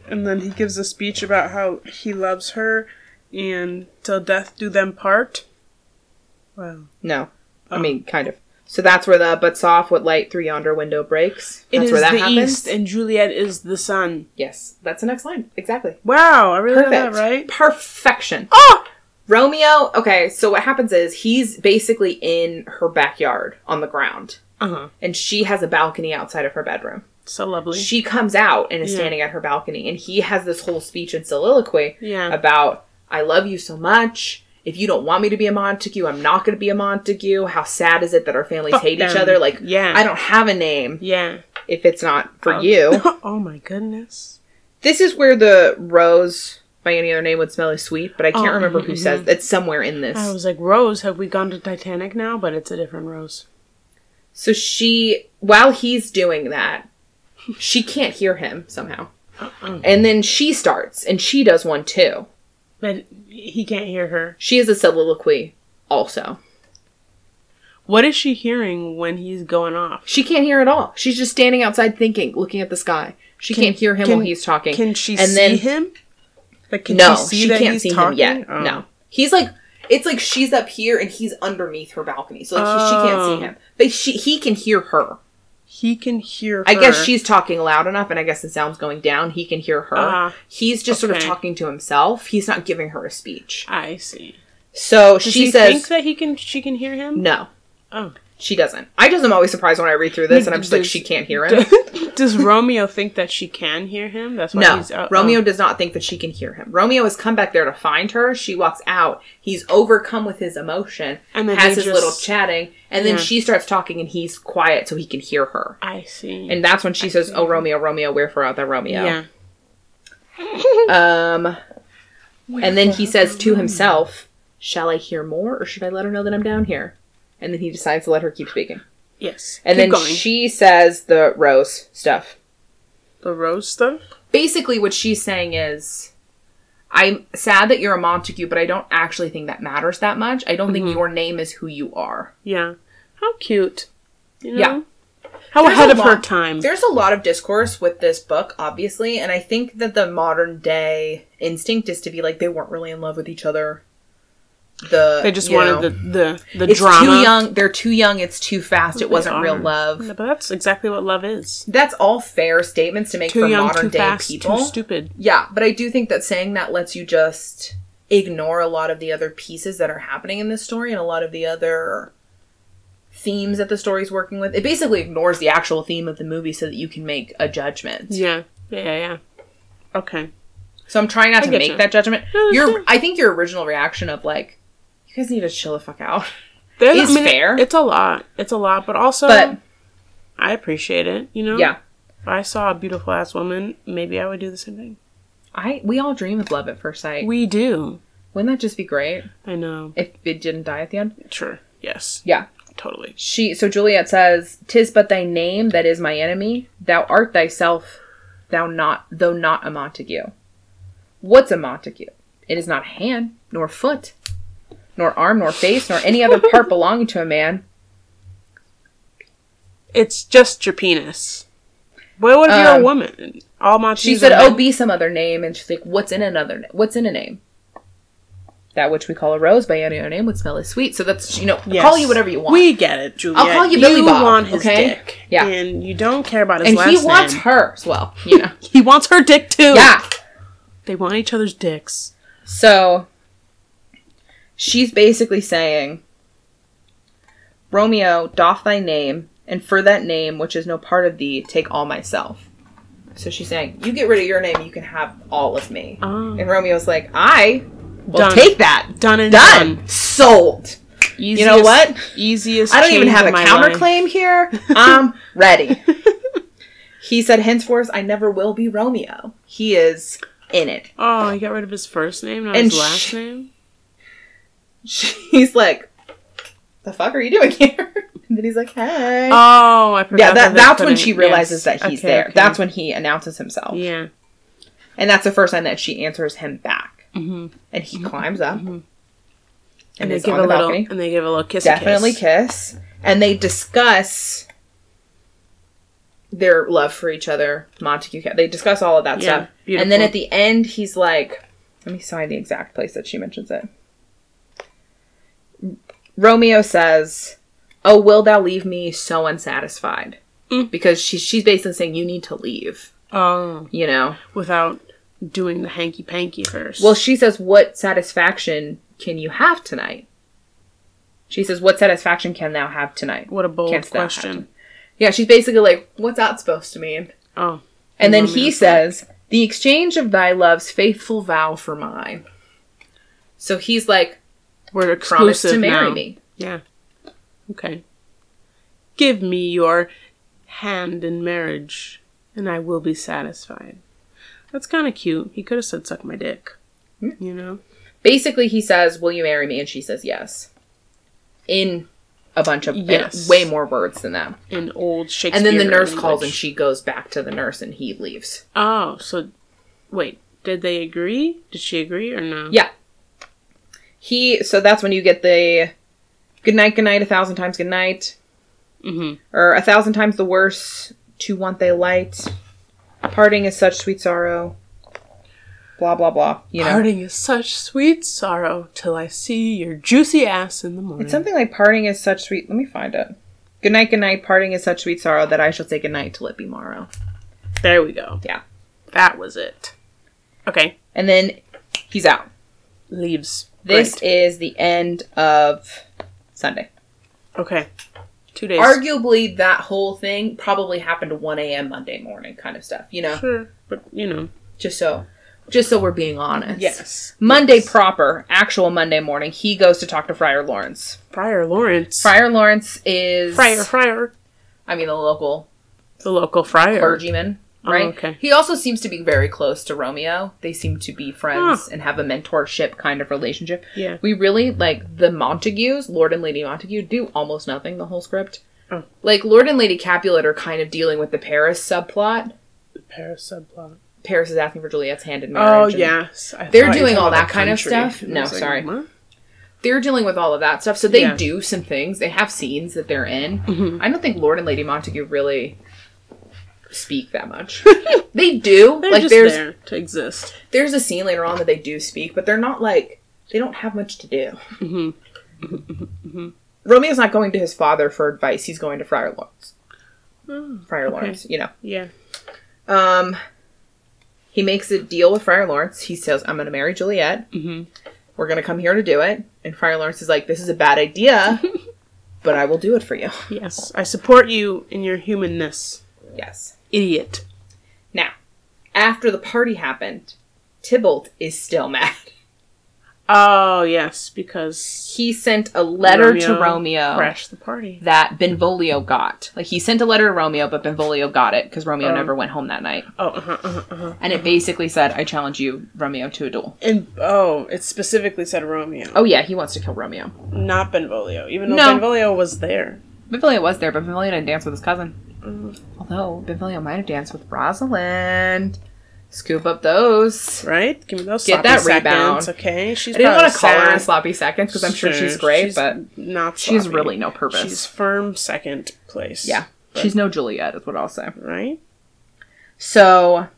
And then he gives a speech about how he loves her and till death do them part. Wow. No. Oh. I mean, kind of. So that's where the but soft what light through yonder window breaks. It That's is where that the happens. east and Juliet is the sun. Yes, that's the next line. Exactly. Wow, I really Perfect. love that, right? Perfection. Oh! Romeo, okay, so what happens is he's basically in her backyard on the ground. Uh huh. and she has a balcony outside of her bedroom. So lovely. She comes out and is Yeah. standing at her balcony, and he has this whole speech and soliloquy Yeah. about I love you so much. If you don't want me to be a Montague, I'm not going to be a Montague. How sad is it that our families Fuck hate each them. other? Like, Yeah. I don't have a name yeah. if it's not for Oh. you. oh my goodness. This is where the rose by any other name would smell as sweet, but I can't Oh, remember who mhm, says it's somewhere in this. I was like, Rose, have we gone to Titanic now? But it's a different Rose. So she, while he's doing that, she can't hear him somehow. Uh-uh. And then she starts, and she does one too. But he can't hear her. She has a soliloquy also. What is she hearing when he's going off? She can't hear at all. She's just standing outside thinking, looking at the sky. She Can- can't hear him can- while he's talking. Can she And see then- him? Like, can no, she see she that can't he's see talking? him yet. Oh. No. He's like, it's like she's up here and he's underneath her balcony. So like he- she can't Oh. see him. But she, he can hear her. He can hear her. I guess she's talking loud enough, and I guess the sound's going down. He can hear her. Ah, He's just sort of okay. talking to himself. He's not giving her a speech. I see. So Does she he says, think that he can? She can hear him. "No, Oh. she doesn't." I just am always surprised when I read through this, and I'm just like, "She can't hear him." Does Romeo think that she can hear him? That's why No, he's uh, Romeo does not think that she can hear him. Romeo has come back there to find her. She walks out. He's overcome with his emotion, And then has they his little just- chatting, and then Yeah. she starts talking, and he's quiet so he can hear her. I see. And that's when she says, "Oh, Romeo, Romeo, wherefore art thou, Romeo?" yeah. Um, and then he says to himself, "Shall I hear more, or should I let her know that I'm down here?" And then he decides to let her keep speaking. Yes. And Keep then going. she says the rose stuff. the rose stuff. Basically, what she's saying is, "I'm sad that you're a Montague, but I don't actually think that matters that much. I don't think your name is who you are." Yeah. How cute. You know? Yeah. How There's ahead a of her lot- time. There's a lot of discourse with this book, obviously, and I think that the modern day instinct is to be like they weren't really in love with each other. The They just you wanted know. the the the it's drama. too young. They're too young. It's too fast. It They wasn't are. real love. But that's exactly what love is. That's all fair statements to make Too for young, modern too day fast, people. too stupid. yeah, but I do think that saying that lets you just ignore a lot of the other pieces that are happening in this story and a lot of the other themes that the story's working with. It basically ignores the actual theme of the movie so that you can make a judgment. Yeah. Yeah. Yeah. yeah. Okay. So I'm trying not I to get make you. that judgment. No, it's Your fair. I think your original reaction of like you guys need to chill the fuck out. There's, It's it- fair. it's a lot. It's a lot, but also But I appreciate it. You know. yeah, If I saw a beautiful ass woman, maybe I would do the same thing. I we all dream of love at first sight. We do. Wouldn't that just be great? I know. if it didn't die at the end. Sure. Yes. Yeah. Totally. She so Juliet says, "Tis but thy name that is my enemy. Thou art thyself, thou not though not a Montague. What's a Montague? It is not hand, nor foot, nor arm, nor face, nor any other part belonging to a man. It's just your penis. But what if you're Um, a woman? All my She cheese said, are "Oh, men. be some other name," and she's like, "What's in another? na- What's in a name?" That which we call a rose by any other name would smell as sweet. So that's you know, Yes. call you whatever you want. We get it, Juliet. I'll call you Billy Bob, want his okay? dick. Yeah. And you don't care about his and last he wants name. her as well. You know, He wants her dick too. yeah. They want each other's dicks. So she's basically saying, Romeo, doff thy name, and for that name which is no part of thee, take all myself. So she's saying, You get rid of your name, you can have all of me. Oh. And Romeo's like, I will Done. take that. Done and Done. done. Sold. Easiest, know what? Easiest. I don't even change have a in my life. counterclaim here. I'm ready. he said, Henceforth, I never will be Romeo. He is in it. Oh, he got rid of his first name, not And his last sh- name. she's like, "The fuck are you doing here?" And then he's like, "Hey." Oh, I forgot. yeah, that, they that's when couldn't- she realizes yes. that he's Okay, there. okay. That's when he announces himself, Yeah. and that's the first time that she answers him back. Mhm. And he climbs up, and, Mm-hmm. And, they is give on a the little. balcony. And they give a little kiss. Definitely kiss. kiss, and they discuss their love for each other. Montague, Ca- they discuss all of that Yeah, stuff, and then beautiful. at the end, he's like, "Let me sign the exact place that she mentions it." Romeo says, "Oh, will thou leave me so unsatisfied?" Mm. Because she, she's basically saying, "You need to leave," Oh, you know. without doing the hanky panky first. Well, she says, "What satisfaction can you have tonight?" She says, "What satisfaction can thou have tonight?" What a bold Can't stop question. Yeah, she's basically like, "What's that supposed to mean?" Oh, And then Romeo he Flake. says, The exchange of thy love's faithful vow for mine. So he's like, we're Promise exclusive to marry now. me. Yeah. Okay. Give me your hand in marriage, and I will be satisfied. That's kind of cute. He could have said, "Suck my dick." You know. Basically, he says, Will you marry me? And she says, Yes. In a bunch of, Yes. in way more words than that. in old Shakespeare. And then the nurse language. calls and she goes back to the nurse and he leaves. Oh, so wait, did they agree? Did she agree or no? Yeah. He, so that's when you get the good night, good night, a thousand times good night, Mm-hmm. or a thousand times the worse, to want they light. Parting is such sweet sorrow. Blah, blah, blah. You know. Parting is such sweet sorrow till I see your juicy ass in the morning. It's Mm. something like parting is such sweet. Let me find it. Good night, good night. Parting is such sweet sorrow that I shall say good night till it be morrow. there we go. Yeah. That was it. Okay. And then he's out. Leaves. This Great. is the end of Sunday. Okay. Two days. Arguably, that whole thing probably happened at 1 a.m. Monday morning, kind of stuff. You know, Sure. But you know. just so, just so we're being honest. Yes. Monday Yes. proper, actual Monday morning, he goes to talk to Friar Lawrence. Friar Lawrence. Friar Lawrence is Friar Friar. I mean, the local The local friar. clergyman, Oh, right? okay. He also seems to be very close to Romeo. They seem to be friends and have a mentorship kind of relationship. Yeah. We really like the Montagues, Lord and Lady Montague, do almost nothing the whole script. Oh. Like Lord and Lady Capulet are kind of dealing with the Paris subplot. Paris subplot. Paris is asking for Juliet's hand in Oh marriage. and yes. I They're thought you were doing talking all about that kind of country. stuff? I No, was like, sorry. what? They're dealing with all of that stuff. So they Yeah. do some things. They have scenes that they're in. Mhm. I don't think Lord and Lady Montague really speak that much. they do. They're like just there's there to exist. there's a scene later on that they do speak, but they're not like they don't have much to do. Mhm. Romeo's not going to his father for advice; he's going to Friar Lawrence. Oh, Friar okay. Lawrence, you know. Yeah. Um, he makes a deal with Friar Lawrence. He says, "I'm going to marry Juliet. Mhm. We're going to come here to do it." And Friar Lawrence is like, "This is a bad idea, but I will do it for you." Yes, I support you in your humanness, Yes. idiot. Now, after the party happened, Tybalt is still mad. Oh yes, because He sent a letter to Romeo. crashed the party. that Benvolio got. Like he sent a letter to Romeo, but Benvolio got it because Romeo Oh. never went home that night. Oh, uh-huh, uh-huh, uh-huh. And it basically said, "I challenge you, Romeo, to a duel." and oh, it specifically said Romeo, Oh yeah, he wants to kill Romeo. not Benvolio, even though No. Benvolio was there. Benvolio was there, but Benvolio didn't dance with his cousin. Mm. Although Benvolio might have danced with Rosalind. Scoop up those. Right? Give me those. Get sloppy that seconds, rebound. okay? She's. I didn't probably want to call her sad. in sloppy seconds because I'm sure she's Sure, great, but not. she's sloppy. really no purpose. She's firm second place. yeah, she's no Juliet, is what I'll say. Right. So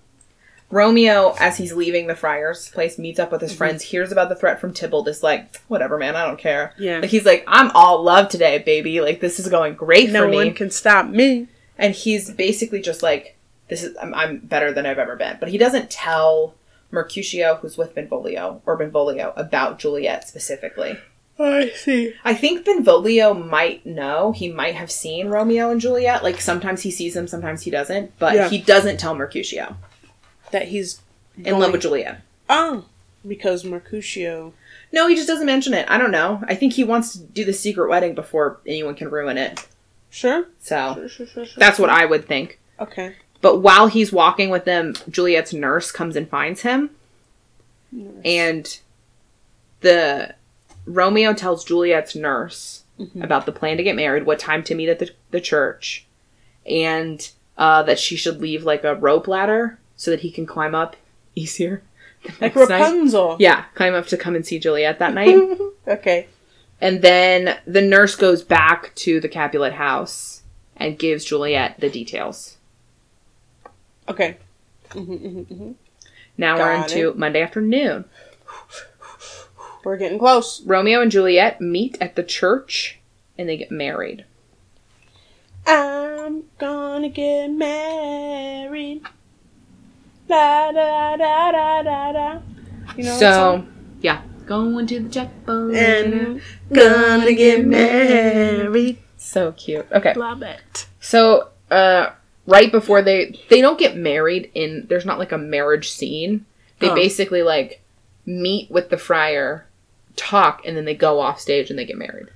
Romeo, as he's leaving the friar's place, meets up with Mm-hmm. his friends, hears about the threat from Tybalt, is like, whatever, man, I don't care. Yeah. Like he's like, I'm all love today, baby. Like this is going great No for me. one can stop me. and he's basically just like, this is I'm, I'm better than I've ever been. But he doesn't tell Mercutio, who's with Benvolio or Benvolio, about Juliet specifically. I see. I think Benvolio might know. He might have seen Romeo and Juliet. Like sometimes he sees them, sometimes he doesn't. But Yeah. he doesn't tell Mercutio That he's in going- love with Juliet. Oh, because Mercutio. No, he just doesn't mention it. I don't know. I think he wants to do the secret wedding before anyone can ruin it. Sure. So sure, sure, sure. that's what I would think. Okay. But while he's walking with them, Juliet's nurse comes and finds him, and the Romeo tells Juliet's nurse Mhm. about the plan to get married, what time to meet at the, the church, and uh, that she should leave like a rope ladder so that he can climb up easier. the Like next night. Rapunzel. Yeah, climb up to come and see Juliet that night. okay. And then the nurse goes back to the Capulet house and gives Juliet the details. Okay. Mhm, mhm, mhm. Now Got we're into Monday afternoon. We're getting close. Romeo and Juliet meet at the church and they get married. I'm gonna get married. La da da da da da. You know that so, song? yeah. Going to the checkpoint. And gonna get married. So cute. Okay. Love it. So, uh, right before they they don't get married in there's not like a marriage scene. They Oh. basically like meet with the friar, talk, and then they go off stage and they get married.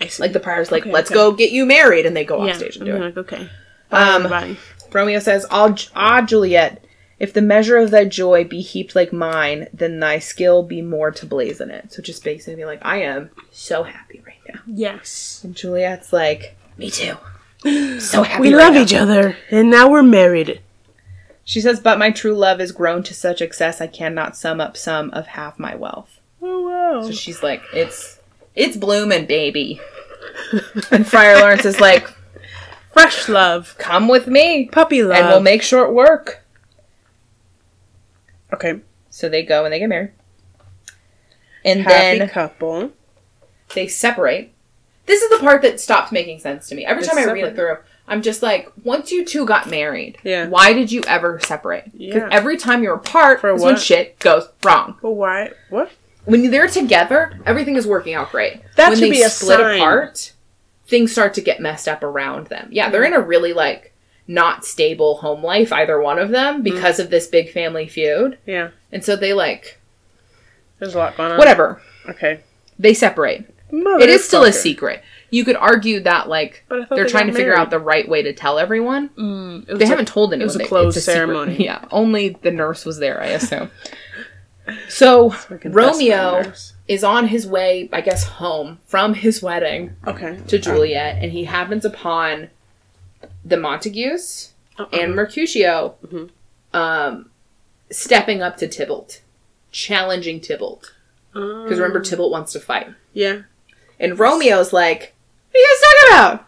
I see. Like the prior's like, Okay, "Let's okay. go get you married," and they go yeah. off stage and I'm do it. like, okay. Bye, Um, everybody. Romeo says, "Ah, Ju- ah, Juliet, if the measure of thy joy be heaped like mine, then thy skill be more to blazon it." So just basically, like, I am so happy right now. Yes. And Juliet's like, "Me too. So happy. We right love now." each other, and now we're married. She says, "But my true love is grown to such excess, I cannot sum up some of half my wealth." Oh wow. So she's like, "It's it's bloomin', baby." and Friar Lawrence is like, Fresh love, "Come with me, puppy love. and we'll make short work." okay. So they go and they get married. And Happy then couple. they separate. This is the part that stops making sense to me. Every They time I read separate. it through, I'm just like, once you two got married, Yeah. why did you ever separate? Because Yeah. every time you're apart For is when what? shit goes wrong. But why? What? When they're together, everything is working out great. That when should they be a split sign. apart, things start to get messed up around them. Yeah, they're in a really like not stable home life, either one of them, because Mm. of this big family feud. Yeah. And so they like There's a lot going on. whatever. Okay. They separate. Oh, it is still a secret. You could argue that like But I thought they're they trying to got figure married. out the right way to tell everyone. Mm, it was They a- haven't told anyone. was a they- it's closed secret. ceremony. Yeah, only the nurse was there, I assume. so fucking best Romeo manners. is on his way, I guess, home from his wedding Okay. to Juliet, and he happens upon the Montagues Uh-uh. and Mercutio Mhm. um, stepping up to Tybalt, challenging Tybalt. Because remember, Mm. Tybalt wants to fight. Um, Yeah. And Romeo's like, What are you guys talking about?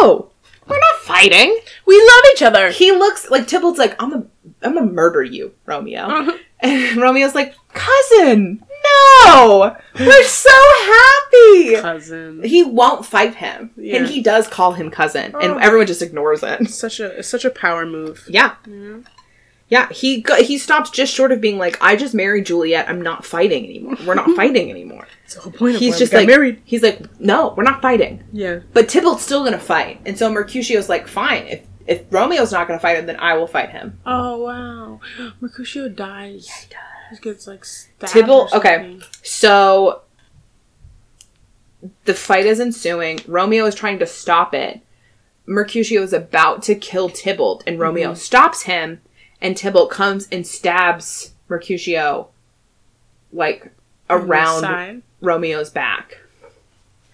No! We're not fighting. We love each other. He looks like Tybalt's like, I'm a I'm gonna murder you, Romeo. Uh-huh. And Romeo's like, Cousin, no! We're so happy! Cousin. He won't fight him. Yeah. And he does call him cousin, Oh. and everyone just ignores it. Such a such a power move. Yeah. Mhm. Yeah, he go- he stops just short of being like, I just married Juliet. I'm not fighting anymore. We're not fighting anymore. It's the whole point of why He's we just got like married. He's like, no, we're not fighting. Yeah. But Tybalt's still gonna fight, and so Mercutio's like, fine, if if Romeo's not gonna fight him, then I will fight him. Oh wow. Mercutio dies. Yeah, he does. He gets like stabbed. Tybalt- or okay. something. So the fight is ensuing. Romeo is trying to stop it. Mercutio is about to kill Tybalt, and Mm-hmm. Romeo stops him, and Tybalt comes and stabs Mercutio like On the around side, Romeo's back.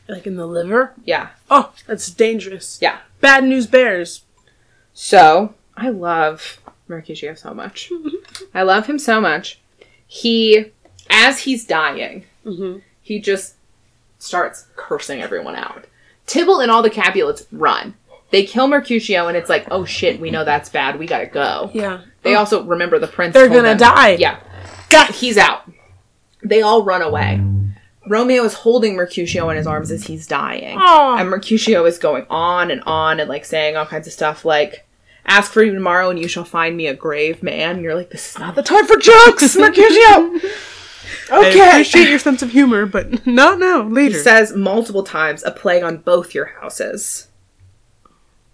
like in the liver. Yeah. Oh, that's dangerous. Yeah. Bad news bears. So I love Mercutio so much. I love him so much. He, as he's dying, Mhm. he just starts cursing everyone out. Tybalt and all the Capulets run. They kill Mercutio, and it's like, oh shit, we know that's bad. We gotta go. Yeah. They also remember the prince. They're told gonna them- die. Yeah, God. he's out. They all run away. Romeo is holding Mercutio in his arms as he's dying. Aw. And Mercutio is going on and on and like saying all kinds of stuff like, ask for you tomorrow and you shall find me a grave man. And you're like, this is not the time for jokes, Mercutio! I okay. appreciate your sense of humor, but not now. He Later. says multiple times, a plague on both your houses.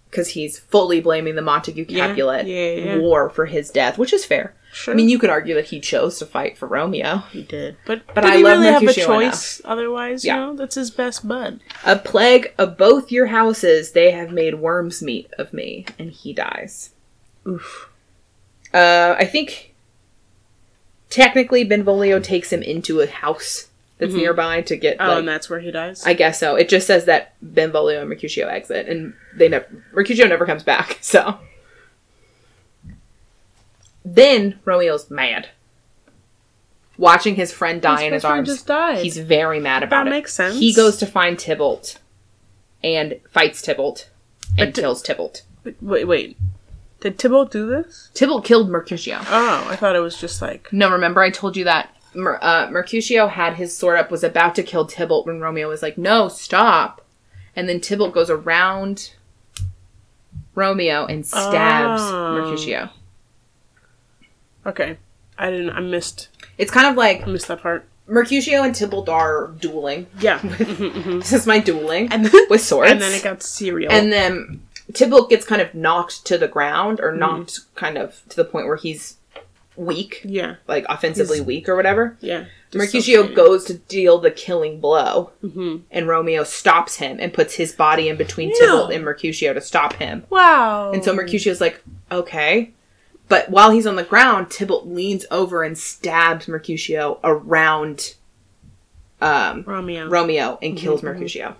Because he's fully blaming the Montague Yeah, Capulet yeah, yeah. war for his death, which is fair. sure. I mean, you could argue that he chose to fight for Romeo. he did, but But did I he love really have a Mercutio choice otherwise? Yeah. You know, that's his best bud. A plague of both your houses, they have made worms meat of me. And he dies. Oof. Uh, I think technically Benvolio takes him into a house that's nearby to get. Oh, like, and that's where he dies. I guess so. It just says that Benvolio and Mercutio exit, and they never. Mercutio never comes back, so. Then Romeo's mad. Watching his friend die in his friend arms. just died. He's very mad about That it. makes sense. He goes to find Tybalt and fights Tybalt and But Ty- kills Tybalt. wait, wait. Did Tybalt do this? Tybalt killed Mercutio. Oh, I thought it was just like No, remember I told you that Mer- uh, Mercutio had his sword up, was about to kill Tybalt when Romeo was like, "No, stop!" And then Tybalt goes around Romeo and stabs Oh. Mercutio. okay. I didn't. I missed. It's kind of like I missed that part. Mercutio and Tymbaldar are dueling. Yeah. This is my dueling Mm-hmm. And- with swords. and then it got cereal. And then Tybalt gets kind of knocked to the ground Mm-hmm. or knocked kind of to the point where he's weak, yeah. like offensively He's- weak or whatever. Yeah. Mercutio goes to deal the killing blow, hmm and Romeo stops him and puts his body in between No. Oh. Tybalt and Mercutio to stop him. Wow. And so Mercutio's like, okay. But while he's on the ground, Tybalt leans over and stabs Mercutio around um, Romeo. Romeo and Mm-hmm. kills Mercutio.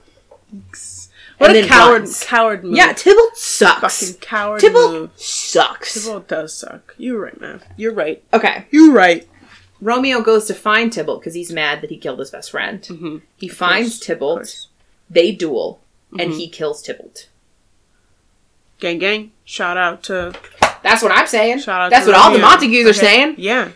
what and a then coward! runs. Coward move. Yeah, Tybalt sucks. Fucking coward move. Tybalt sucks. Tybalt does suck. You're right, man. You're right. Okay. You're right. Romeo goes to find Tybalt because he's mad that he killed his best friend. Mhm. He finds Tybalt. They duel, Mm-hmm. and he kills Tybalt. Gang, gang. Shout out to. That's what I'm saying. Shout out That's to what all the Romeo. Montagues are Okay. saying. Yeah.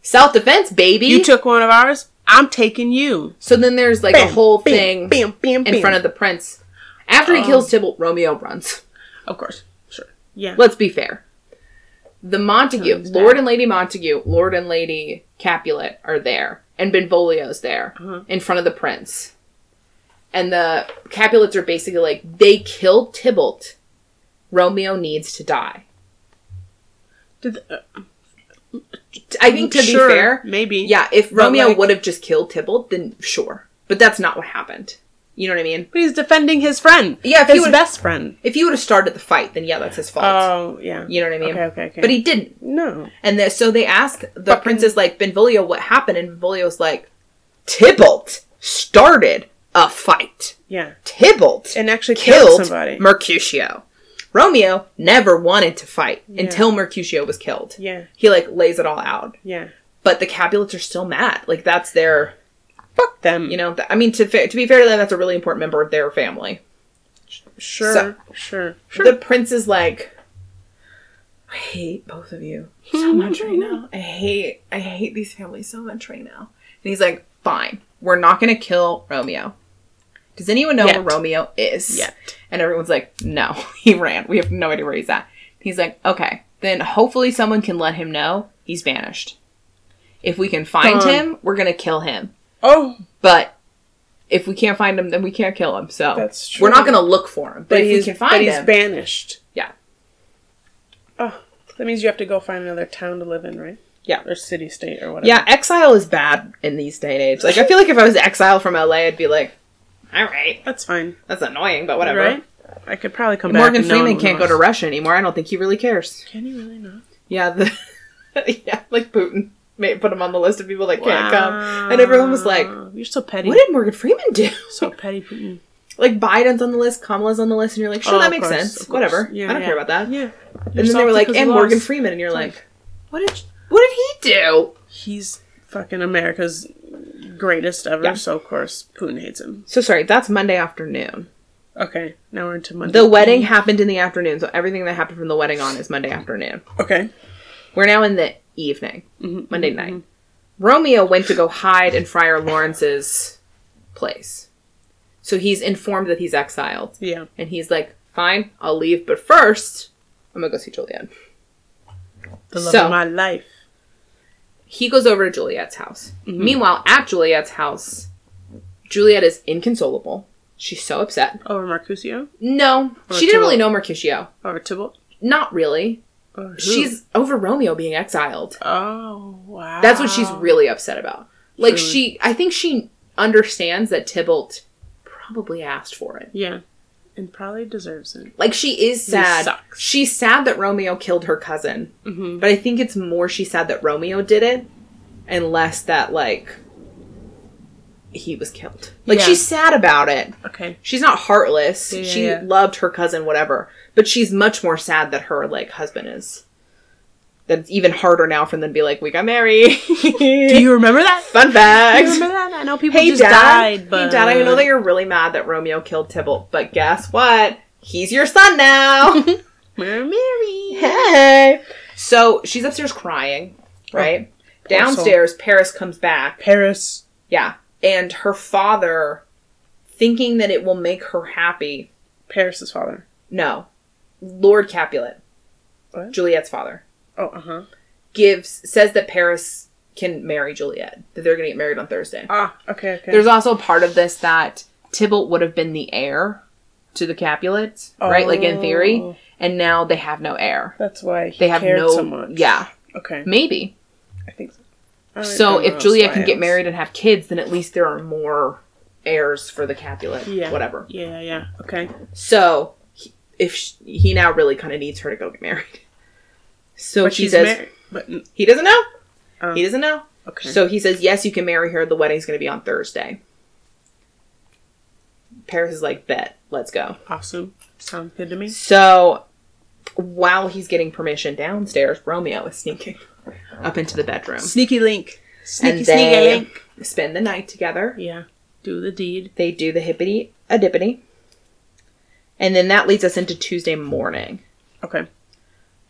Self defense, baby. You took one of ours. I'm taking you. so then there's like a Bam, whole bam, thing Bam, bam, in bam. Um. front of the prince. After he kills Tybalt, Romeo runs. Of course. Sure. Yeah. Let's be fair. The Montague, Sounds Lord bad. and Lady Montague, Lord and Lady Capulet are there, and Benvolio's there Uh-huh. in front of the prince. And the Capulets are basically like, they killed Tybalt. Romeo needs to die. Did the- uh, I think to Mm, sure, be fair, Maybe. yeah, if But, Romeo like- would have just killed Tybalt, then sure. But that's not what happened. You know what I mean? But he's defending his friend. Yeah, if he his would've- best friend. If he would have started the fight, then yeah, that's his fault. Oh, yeah. you know what I mean? Okay, okay, okay. But he didn't. No. And the, so they ask the princess, like, Benvolio, what happened? And Benvolio's like, Tybalt started a fight. Yeah. Tybalt And actually killed, killed somebody. Mercutio. Romeo never wanted to fight Yeah. until Mercutio was killed. yeah. He, like, lays it all out. Yeah. But the Capulets are still mad. Like, that's their, Fuck them. you know, th- I mean, to, fa- to be fair to them, that's a really important member of their family. Sure. So- sure. The prince is like, I hate both of you so Hmm. much right now. I hate, I hate these families so much right now. And he's like, fine, we're not gonna kill Romeo. Does anyone know where Yet. Romeo is? Yet. And everyone's like, no, he ran. We have no idea where he's at. He's like, okay, then hopefully someone can let him know he's vanished. If we can find Gone. him, we're gonna kill him. Oh, But if we can't find him, then we can't kill him. So That's true. we're not gonna look for him. But, if we can find but he's him, banished. Yeah. Oh, that means you have to go find another town to live in, right? Yeah. Or city state or whatever. Yeah, exile is bad in these day and age. Like, I feel like if I was exiled from LA, I'd be like, all right, That's fine. that's annoying, but whatever. Right? I could probably come back. Morgan and no Freeman one can't go knows. to Russia anymore. I don't think he really cares. Can you really not? Yeah, the yeah, like Putin may put him on the list of people that can't come, Wow. and everyone was like, "You're so petty, "What did Morgan Freeman do?" so petty." Putin. like Biden's on the list, Kamala's on the list, and you're like, "Sure, Oh, that of makes course, of sense. course. Whatever. Yeah, I don't yeah. care about that." Yeah. And then they were like, "And Morgan Freeman," and you're Sorry. like, "What did what did he do?" He's fucking America's greatest ever. Yeah. So of course Putin hates him. So sorry, that's Monday afternoon. Okay, now we're into Monday. The wedding happened in the afternoon, so everything that happened from the wedding on is Monday afternoon. Okay. We're now in the evening, Mhm, Monday night. Romeo went to go hide in Friar Lawrence's place. So he's informed that he's exiled. Yeah. And he's like, fine, I'll leave, but first, I'm gonna go see Juliet. The love So- of my life. He goes over to Juliet's house. Meanwhile, at Juliet's house, Juliet is inconsolable. She's so upset. Over Mercutio? No, Or she didn't Tybalt. really know Mercutio. Over Tybalt? Not really. Over who? She's over Romeo being exiled. Oh, wow. That's what she's really upset about. Like Truly. she, I think she understands that Tybalt probably asked for it. Yeah. And probably deserves it. Like she is sad. sucks. She's sad that Romeo killed her cousin, Mm-hmm. but I think it's more she's sad that Romeo did it, and less that like he was killed. Like Yeah. she's sad about it. Okay. She's not heartless. Yeah, yeah, she yeah. loved her cousin, whatever. But she's much more sad that her like husband is. That's even harder now for them to be like, we got married. Do you remember that? Fun Do fact. you remember that? I know people Hey just dad, died, but hey dad, I know that you're really mad that Romeo killed Tybalt, but guess what? He's your son now. we're married. hey. So she's upstairs crying, right? Oh, soul. Downstairs, Paris comes back. Paris. Yeah, and her father, thinking that it will make her happy. Paris's father. No, Lord Capulet, What? Juliet's father, Oh, uh huh. gives says that Paris can marry Juliet. That they're going to get married on Thursday. Ah, okay, okay. There's also a part of this that Tybalt would have been the heir to the Capulets, right? Like in theory, Oh. and now they have no heir. That's why he They have cared no. so much. Yeah, Okay. maybe. I think so. I So don't if know Juliet can get science. married and have kids, then at least there are more heirs for the Capulet. yeah, Whatever. Yeah, yeah. Okay. So he- if sh he now really kind of needs her to go get married. So but he she's says married. But mm, he doesn't know. Oh. He doesn't know. okay. So he says, "Yes, you can marry her. The wedding's going to be on Thursday." Paris is like, "Bet, let's go." awesome. Sounds good to me. So while he's getting permission downstairs, Romeo is sneaking up into the bedroom. Sneaky Link. Sneaky And they- Sneaky Link. Spend the night together. Yeah. Do the deed. They do the hippity a dippity. And then that leads us into Tuesday morning. Okay.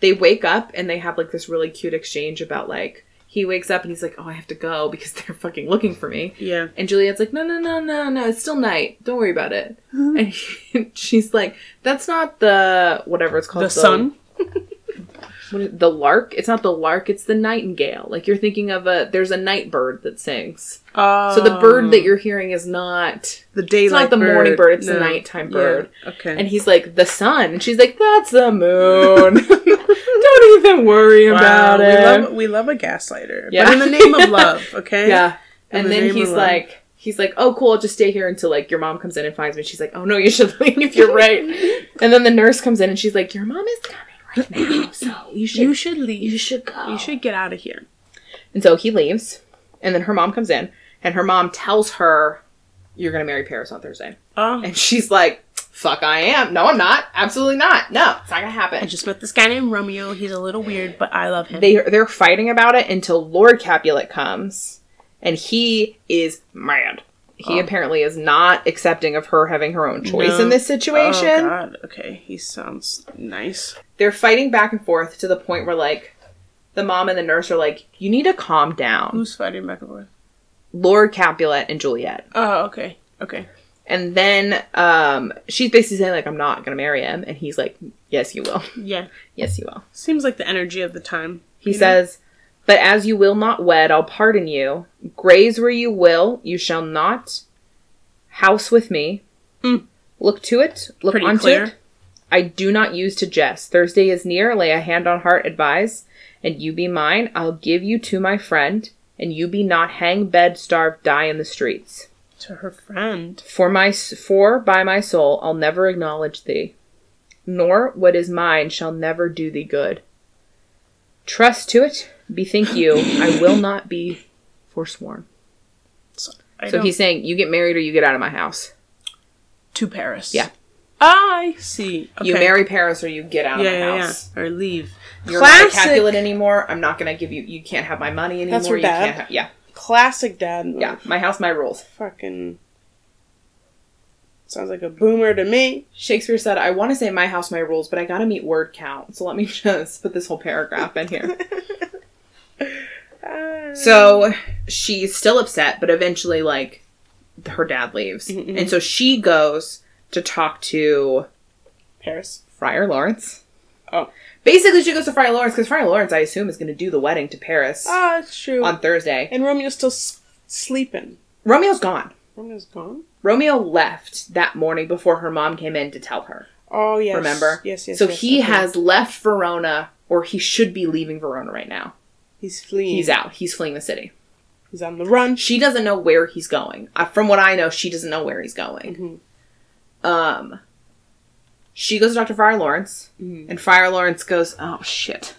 They wake up and they have like this really cute exchange about like he wakes up and he's like, Oh, I have to go because they're fucking looking for me. Yeah. And Juliet's like, no, no, no, no, no, it's still night. Don't worry about it. And she's like, that's not the whatever it's called. the sun. what is- the lark. It's not the lark. It's the nightingale. Like you're thinking of a. There's a night bird that sings. Oh. So the bird that you're hearing is not. the daylight It's not the bird. morning bird. It's the No. nighttime Yeah. bird. Okay. And he's like the sun. And she's like, that's the moon. Don't even worry wow, about it. We love we love a gaslighter. Yeah. But in the name of love, okay? Yeah. In And the then name he's of love. like, he's like, oh, cool, I'll just stay here until like your mom comes in and finds me. She's like, oh no, you should leave. if You're right. and then the nurse comes in and she's like, your mom is coming right now, so you should You you, should leave. should go. You should get out of here. And so he leaves, and then her mom comes in, and her mom tells her, you're gonna marry Paris on Thursday, Oh, and she's like. Fuck, I am. No, I'm not. Absolutely not. No, it's not gonna happen. I just met this guy named Romeo. He's a little weird, but I love him. they they're fighting about it until Lord Capulet comes, and he is mad. He apparently is not accepting of her having her own choice Oh. No. in this oh situation. God. Okay, he sounds nice. they're fighting back and forth to the point where like the mom and the nurse are like, "You need to calm down." Who's fighting back and forth? Lord Capulet and Juliet, Oh, okay, okay. and then um, she's basically saying like, "I'm not gonna marry him," and he's like, "Yes, you will. Yeah, Yes, you will." seems like the energy of the time. He you know? says, But as you will not wed, I'll pardon you. Graze where you will, you shall not. House with me. Mm. Look to it, look Pretty unto clear. it. I do not use to jest. Thursday is near, lay a hand on heart, advise, and you be mine. I'll give you to my friend, and you be not hang, bed, starve, die in the streets. to her friend, For my for by my soul I'll never acknowledge thee, nor what is mine shall never do thee good. Trust to it, bethink you, I will not be forsworn. I So don't- he's saying, You get married or you get out of my house. to Paris. Yeah. I see. You Okay. marry Paris or you get out Yeah, of my yeah, yeah. house. Or leave. You're not my Capulet anymore. I'm not gonna give you you can't have my money anymore. That's her you dad? can't have yeah. classic dad move. Yeah. My house, my rules. Fucking sounds like a boomer to me. Shakespeare said, I want to say my house, my rules, but I gotta meet word count. So let me just put this whole paragraph in here. Ah. So she's still upset, but eventually, like, her dad leaves. Mhm. And so she goes to talk to Paris. Friar Lawrence. Oh. Basically, she goes to Friar Lawrence because Friar Lawrence, I assume, is going to do the wedding to Paris Ah, it's true. on Thursday. and Romeo's still s- sleeping. Romeo's gone. Romeo's gone. Romeo left that morning before her mom came in to tell her. Oh yes. Remember? Yes, yes. so yes, he okay. has left Verona, or he should be leaving Verona right now. He's fleeing. He's out. He's fleeing the city. He's on the run. She doesn't know where he's going. Uh, from what I know, she doesn't know where he's going. Mhm. Um, she goes to Dr. Friar Lawrence, Mhm. and Friar Lawrence goes, "Oh shit,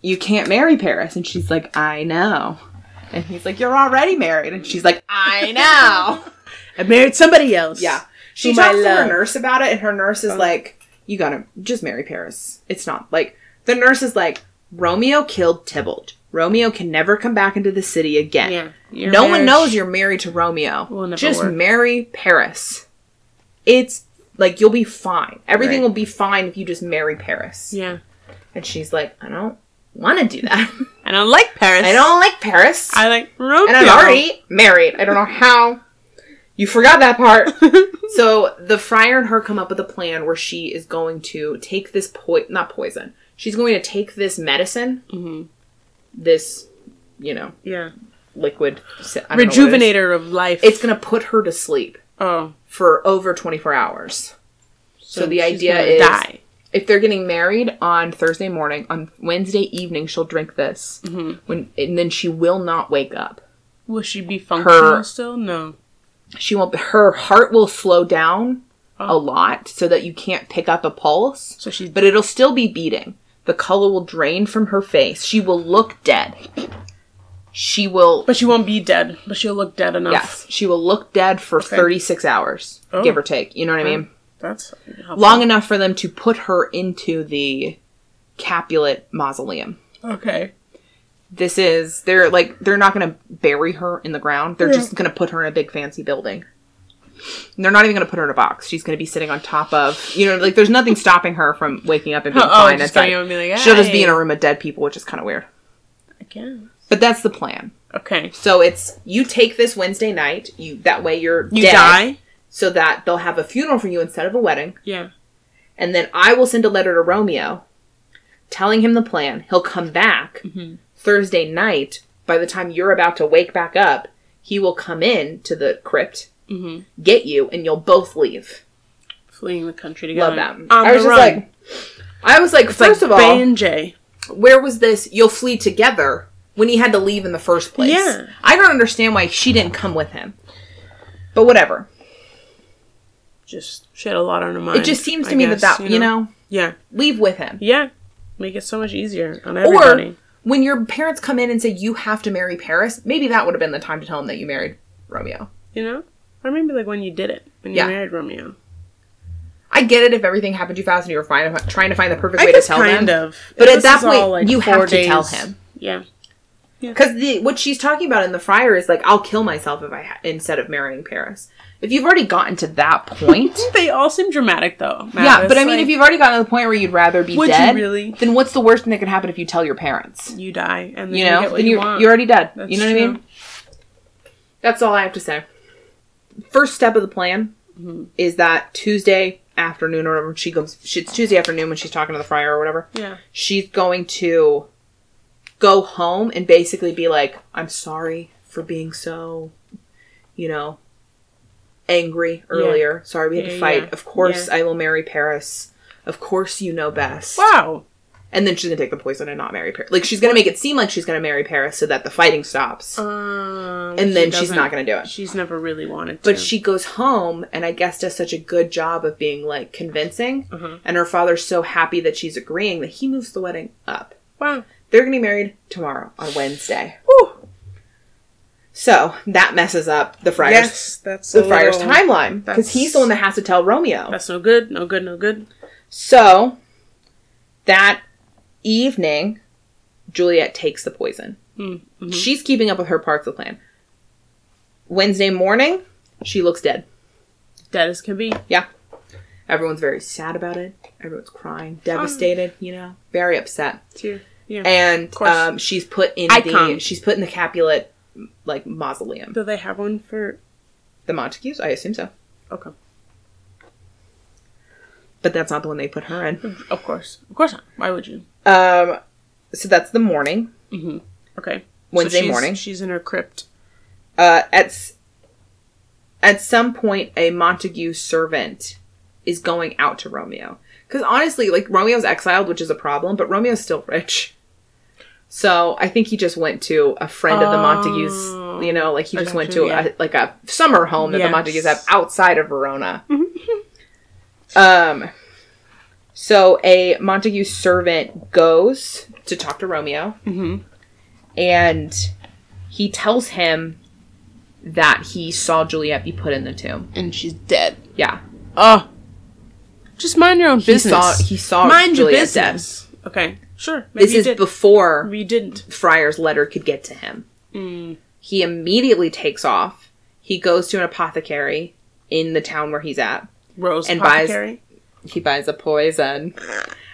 you can't marry Paris." And she's like, "I know." And he's like, "You're already married." And she's like, "I know." I married somebody else. yeah. She Whom I talks to her love. nurse about it, and her nurse is Oh. like, "You gotta just marry Paris. It's not like the nurse is like, Romeo killed Tybalt. Romeo can never come back into the city again." Yeah. no one knows you're married to Romeo. Will never Just work. marry Paris. It's like you'll be fine. Everything Right. will be fine if you just marry Paris. Yeah. And she's like, I don't want to do that. I don't like Paris. I don't like Paris. I like Romeo. and I'm already married. I don't know how. You forgot that part. so the friar and her come up with a plan where she is going to take Mm-hmm. this po not poison. She's going to take this medicine, Mhm. this you know, Yeah. liquid se- I don't know what it is. Rejuvenator of life. It's going to put her to sleep oh. for over 24 hours. So, the she's idea gonna is die. if they're getting married on Thursday morning, on Wednesday evening she'll drink this. Mm-hmm. When and then she will not wake up. Will she be functional still? No. She won't her heart will slow down Oh. a lot so that you can't pick up a pulse, So she's but it'll still be beating. The color will drain from her face. She will look dead. She will But she won't be dead. But she'll look dead enough. Yes, she will look dead for 36 hours, Oh. give or take. You know what I mean? That's helpful. Long enough for them to put her into the Capulet mausoleum. Okay. This is they're like they're not going to bury her in the ground. They're just going to put her in a big fancy building. And They're not even going to put her in a box. She's going to be sitting on top of, you know, like there's nothing stopping her from waking up and being Oh, fine. just It's going like- to be like, she'll just be in "Hey." a room of dead people, which is kind of weird. I guess. But that's the plan. Okay. So it's you take this Wednesday night. You that way you're You dead. die? so that they'll have a funeral for you instead of a wedding. Yeah. And then I will send a letter to Romeo telling him the plan. He'll come back Mm-hmm. Thursday night. By the time you're about to wake back up, he will come in to the crypt, Mhm. get you, and you'll both leave. Fleeing the country together. Love that. On I was the just run. like, I was like, It's first like of all, Bay and Jay. where was this? You'll flee together when he had to leave in the first place. Yeah. I don't understand why she didn't come with him. But whatever. Just she had a lot on her mind. It just seems to I me guess, that that you know Yeah. leave with him. Yeah. Make it so much easier on everybody. when your parents come in and say you have to marry Paris, maybe that would have been the time to tell them that you married Romeo. you know? Or maybe like when you did it. When you Yeah. married Romeo. I get it if everything happened too fast and you were fine, trying to find the perfect I way to guess tell kind them. of. But This at that is all, point, you four have to tell him. Yeah. Because the what she's talking about in the friar is like, I'll kill myself if I ha- instead of marrying Paris. If you've already gotten to that point, They all seem dramatic though. yeah. But I mean, if you've already gotten to the point where you'd rather be Would you dead, really? then what's the worst thing that could happen if you tell your parents? you you die and then You you, know, get what then you you're want. you're already dead. That's you know what I true. mean? That's all I have to say. First step of the plan is that Tuesday afternoon or whatever she comes she, it's Tuesday afternoon when she's talking to the friar or whatever. Yeah. She's going to go home and basically be like, I'm sorry for being so, you know, angry earlier. Sorry we had Yeah, to fight. yeah. Of course I will marry Paris. Of course you know best. Wow. And then she's gonna take the poison and not marry Paris. Like she's gonna make it seem like she's gonna marry Paris so that the fighting stops. Um, and Oh, she then she's doesn't- not gonna do it. She's never really wanted to. But she goes home and I guess does such a good job of being like convincing. Mm-hmm. And her father's so happy that she's agreeing that he moves the wedding up. wow. They're getting married tomorrow on Wednesday. Whew. So that messes up the friar's Yes, that's the a friar's little- timeline because that's- he's the one that has to tell Romeo. That's no good. No good. No good. So that evening, Juliet takes the poison. Mm, mhm. She's keeping up with her parts of the plan. Wednesday morning, she looks dead. Dead as can be. Everyone's very sad about it. Everyone's Um, crying, devastated, you know, very upset. Too. Yeah. And course. um, she's put in the Icon. she's put in the Capulet like mausoleum. do they have one for? The Montagues, I assume so. Okay. But that's not the one they put her in. Of course. Of course not. Why would you? Um, so that's the morning, Okay. So Wednesday she's- morning. She's in her crypt. uh, at s- at some point a Montague servant is going out to Romeo because honestly, like Romeo's exiled, which is a problem, but Romeo's still rich. So I think he just went to a friend of the Oh. Montagues. You know, like he I just got went you, to yeah. a, like a summer home that Yes. the Montagues have outside of Verona. Mm-hmm. um. So a Montague servant goes to talk to Romeo Mm-hmm. and he tells him that he saw Juliet be put in the tomb. And she's dead. Yeah, Oh. Just mind your own he business. saw he saw mind your Juliet dead. business. Okay. Sure. Maybe This you is did. before Maybe you didn't. Friar's letter could get to him. Mm. He immediately takes off. He goes to an apothecary in the town where he's at. Rose And buys- apothecary. He buys a poison.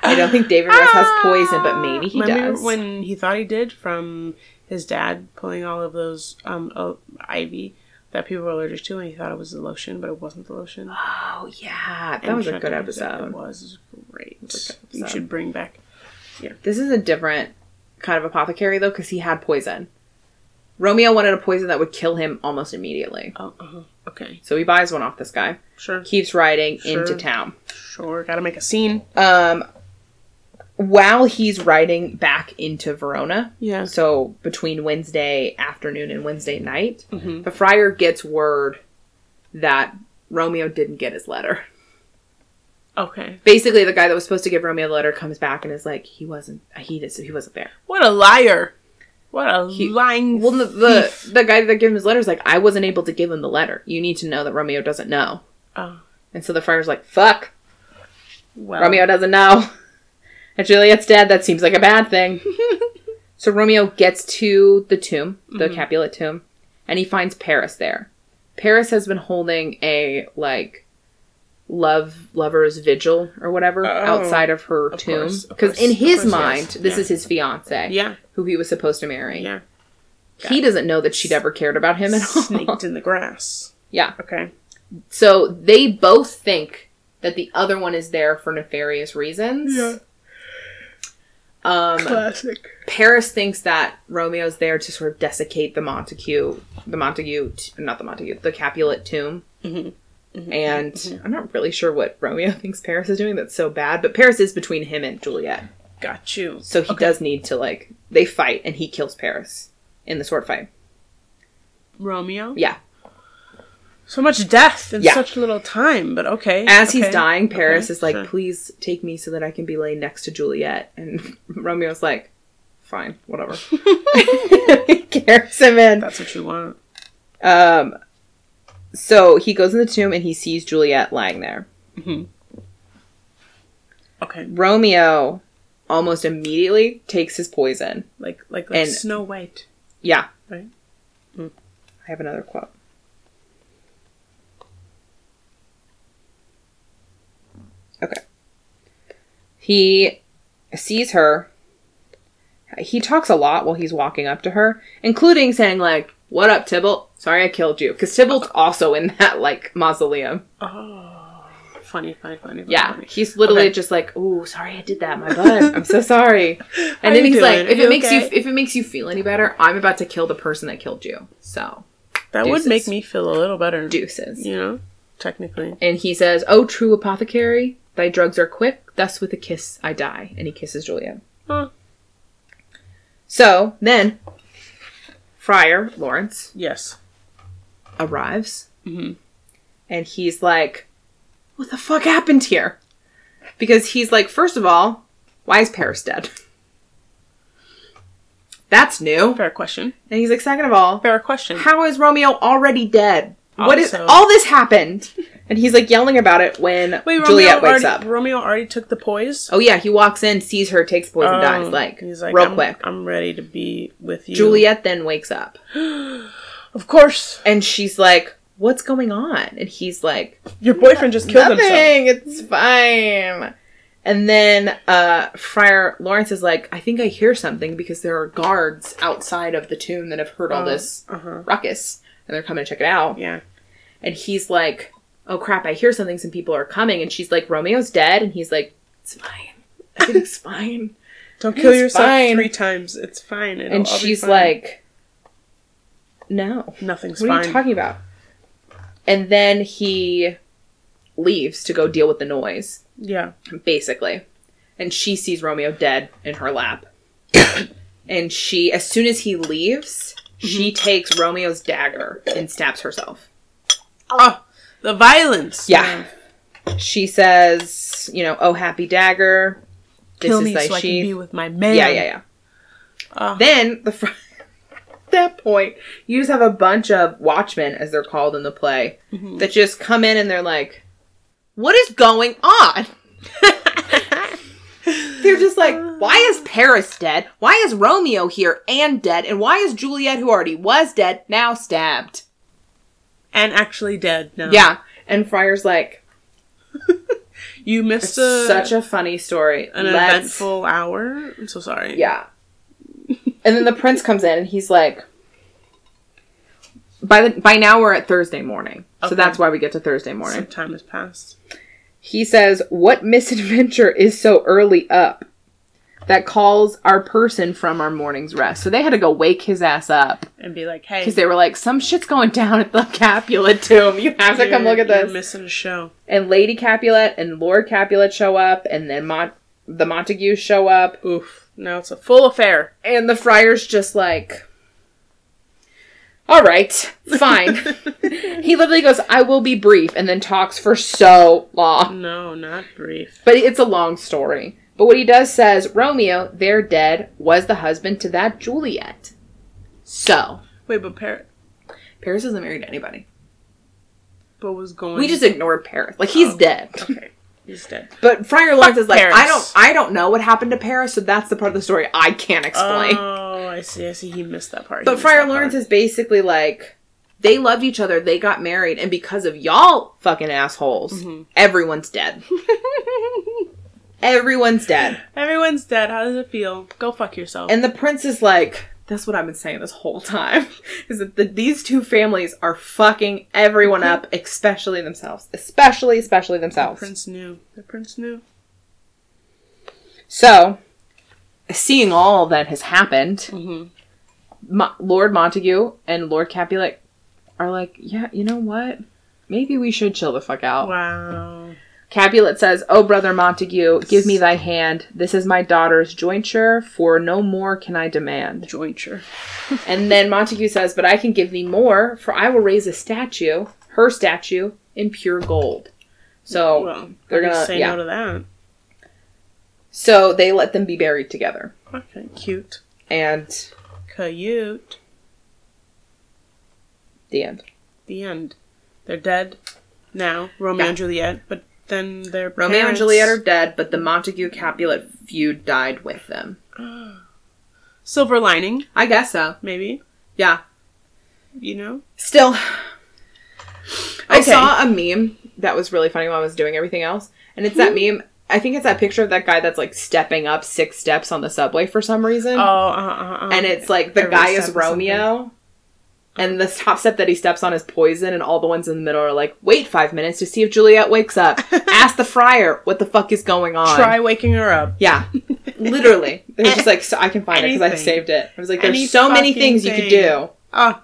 I don't think David Russ has poison, but maybe he Ah! Remember does. when he thought he did from his dad pulling all of those um uh, ivy that people were allergic to, and he thought it was the lotion, but it wasn't the lotion. oh yeah, that And was a check good it out. It episode. was great. good You episode. should bring back. This is a different kind of apothecary though, because he had poison. Romeo wanted a poison that would kill him almost immediately. Oh, uh-huh. okay. So he buys one off this guy, Sure. keeps riding Sure. into town. Sure. Gotta make a scene. Um, while he's riding back into Verona, Yeah. so between Wednesday afternoon and Wednesday night, Mhm. the friar gets word that Romeo didn't get his letter. Okay. Basically, the guy that was supposed to give Romeo the letter comes back and is like, he wasn't, he just, he wasn't there. What a liar. What a He- lying. Well, the, the the guy that gave him his letter is like, I wasn't able to give him the letter. You need to know that Romeo doesn't know. Oh. And so the friar's like, fuck, well. Romeo doesn't know. And Juliet's dead. That seems like a bad thing. so Romeo gets to the tomb, the Mm-hmm. Capulet tomb, and he finds Paris there. Paris has been holding a like love lovers vigil or whatever Oh, outside of her of tomb course, of because course, in of his course, yes, mind this yeah. is his fiance Yeah. who he was supposed to marry Yeah. he doesn't know that she'd ever cared about him at all Snaked in the grass. Yeah. Okay. So they both think that the other one is there for nefarious reasons. Yeah. Um, Classic. Paris thinks that Romeo's there to sort of desiccate the Montague, the Montague, t- not the Montague, the Capulet tomb. Mhm. And I'm not really sure what Romeo thinks Paris is doing that's so bad, but Paris is between him and Juliet. Got you. So he does need to, like, they fight and he kills Paris in the sword fight. Romeo. Yeah. So much death in Yeah. such little time, but okay. As he's okay, dying, Paris okay, is like, sure. please take me so that I can be laid next to Juliet. And Romeo's like, fine, whatever. he carries him in. That's what you want. Um, so he goes in the tomb and he sees Juliet lying there. Okay. Romeo almost immediately takes his poison. Like like like And- Snow White. Yeah. Right. Mm. I have another quote. Okay. He sees her. He talks a lot while he's walking up to her, including saying like, "What up, Tybalt? Sorry I killed you." Cuz Tybalt's also in that like mausoleum. Oh, funny, funny, funny. Yeah. funny. He's literally Oh, Okay. just like, "Ooh, sorry I did that. My bud. I'm so sorry." And then you he's doing? like, "If You it makes you okay?" if it makes you feel any better, I'm about to kill the person that killed you." So, That Deuces. would make me feel a little better. deuces. You know, technically. And he says, Oh, true apothecary, thy drugs are quick, thus with a kiss I die. And he kisses Juliet. Huh. So then, Friar Lawrence Yes. arrives Mhm. and he's like, What the fuck happened here? Because he's like, First of all, why is Paris dead? That's new. Fair question. And he's like, Second of all, Fair question. how is Romeo already dead? What is Also- all this happened? And he's like yelling about it when Wait, Juliet Romeo wakes already, up. Romeo already took the poise. Oh yeah, he walks in, sees her, takes poison, Oh, dies like, he's like real I'm, quick. I'm ready to be with you, Juliet then wakes up Of course, and she's like, "What's going on?" And he's like, your boyfriend just killed himself. "Nothing, it's fine." And then uh, Friar Lawrence is like, "I think I hear something because there are guards outside of the tomb that have heard all this Uh huh. ruckus and they're coming to check it out." Yeah. And he's like, "Oh crap, I hear something. Some people are coming." And she's like, "Romeo's dead," and he's like, "It's fine. Everything's fine." Don't kill It's yourself fine. three times. It's fine. It'll and all Oh, be she's fine. like, "No, nothing's what are fine. you talking about?" And then he leaves to go deal with the noise, yeah. basically. And she sees Romeo dead in her lap. and she, as soon as he leaves, she Mm-hmm. takes Romeo's dagger and stabs herself. Oh, the violence. Yeah. She says, "You know, oh happy dagger, this Kill is me thy so I can sheath." be with my man. Yeah, yeah, yeah. Ah. Then the fr- at that point, you just have a bunch of watchmen, as they're called in the play, Mm-hmm. that just come in and they're like, "What is going on?" they're just like, "Why is Paris dead? Why is Romeo here and dead? And why is Juliet, who already was dead, now stabbed?" And actually dead now. Yeah, and Friar's like, You missed a, "Such a funny story. an Let's- eventful hour. I'm so sorry. Yeah. And then the prince comes in and he's like By the by now we're at Thursday morning. So Okay. that's why we get to Thursday morning. Some time has passed. He says, "What misadventure is so early up?" that calls our person from our morning's rest. So they had to go wake his ass up and be like, hey, because they were like, some shit's going down at the Capulet tomb. You have to come you're- look at you're this. missing a show. and Lady Capulet and Lord Capulet show up, and then Mon- the Montagues show up. Oof. Now it's a full affair. And the friar's just like, all right, fine. he literally goes, I will be brief, and then talks for so long. No, not brief. But it's a long story. But what he does says, Romeo, they're dead, was the husband to that Juliet. So, Wait, but Par- Paris isn't married to anybody. but was going. We just ignore Paris. Like, he's Oh. dead. okay. He's dead. But Friar Lawrence is like, I Paris. don't, I don't know what happened to Paris, so that's the part of the story I can't explain. Oh, I see. I see. He missed that part. But Friar Lawrence is basically like, they loved each other, they got married, and because of y'all fucking assholes, everyone's dead. everyone's dead. Everyone's dead. How does it feel? Go fuck yourself. And the prince is like, that's what I've been saying this whole time, is that the, these two families are fucking everyone up, especially themselves. Especially, especially the themselves. prince knew. The prince knew. So, seeing all that has happened, Mhm. Mo- Lord Montague and Lord Capulet are like, yeah, you know what? Maybe we should chill the fuck out. Wow. Capulet says, "O brother Montague, give me thy hand. This is my daughter's jointure, for no more can I demand." Jointure. And then Montague says, "But I can give thee more, for I will raise a statue, her statue, in pure gold." So well, Oh, they're how do you gonna- say yeah. no to that. so they let them be buried together. Okay, cute. And Cute. the end. The end. They're dead now. Romeo Yeah. and Juliet. But then their Romeo and parents- Juliet are dead, but the Montague Capulet feud died with them. silver lining. I guess so. Maybe Yeah. you know. Still, I Okay. saw a meme that was really funny while I was doing everything else, and it's that Hmm. meme. I think it's that picture of that guy that's like stepping up six steps on the subway for some Oh, reason, uh, uh, uh, and it's like the every guy step is is something. Romeo, and the top step that he steps on is poison, and all the ones in the middle are like, "Wait five minutes to see if Juliet wakes up. Ask the friar what the fuck is going on." try waking her up. Yeah, literally. They're just like, so I can find it because I Anything. saved it. I was like, there's Any so many fucking things you could thing. do. Ah,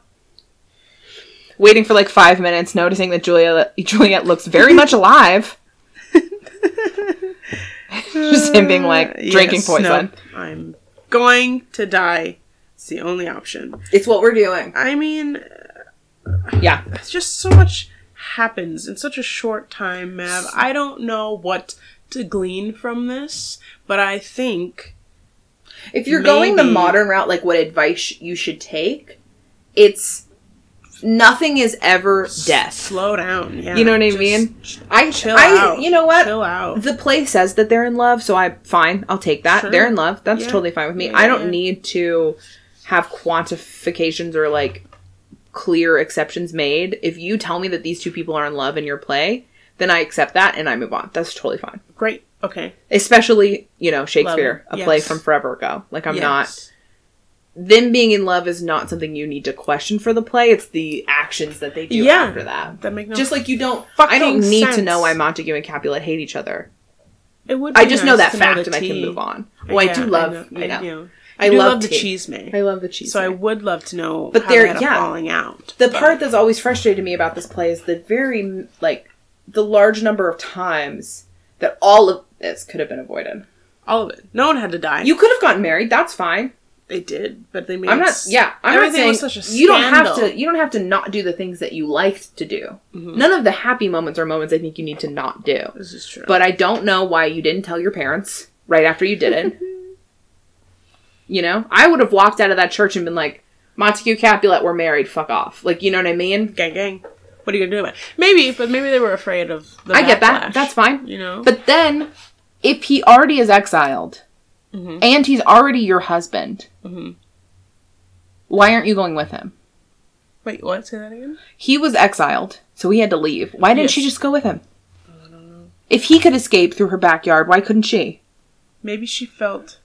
Waiting for like five minutes, noticing that Juliet Juliet looks very much alive. just him being like yes, drinking poison. nope. I'm going to die. It's the only option. It's what we're doing. I mean, Yeah, it's just so much happens in such a short time, Mav. I don't know what to glean from this, but I think if you're going the Maybe- modern route, like what advice you should take, it's nothing is ever death. slow down. Yeah, You know what I just mean? I, chill I, out. you know what? Chill out. the play says that they're in love, so I fine, I'll take that. Sure. They're in love. That's Yeah. totally fine with me. Yeah, I don't yeah. need to have quantifications or like clear exceptions made. If you tell me that these two people are in love in your play, then I accept that and I move on. That's totally fine. Great. Okay. Especially, you know, Shakespeare, Love. a play Yes. from forever ago. Like I'm not Yes. them being in love is not something you need to question for the play. It's the actions that they do Yeah. after that. That make no. Just like you don't fucking I don't need to sense. know why Montague and Capulet hate each other. it would. I be just nice know that to fact the and I can tea. move on. Well, I Yeah, do love, know- you I- know, know. I, do love, love the tea. cheese man. I love the cheese. So I man. would love to know. But But there- there, yeah. falling out. the part that's always frustrated me about this play is the very like the large number of times that all of this could have been avoided. all of it. No one had to die. You could have gotten married. That's fine. they did, but they made. I'm not. s- Yeah, I'm not everything was saying such a you don't have to. scandal. Mm-hmm. You don't have to not do the things that you liked to do. None of the happy moments are moments I think you need to not do. This is true. But I don't know why you didn't tell your parents right after you did it. you know, I would have walked out of that church and been like, Montague Capulet, we're married. Fuck off. Like, you know what I mean? gang, gang. What are you gonna do about? it? Maybe, but maybe they were afraid of. the I get that. backlash, That's fine. You know. But then, if he already is exiled Mhm. and he's already your husband, Mhm. why aren't you going with him? Wait, what? Say that again. He was exiled, so he had to leave. Why didn't Yes. she just go with him? If he could escape through her backyard, why couldn't she? Maybe she felt.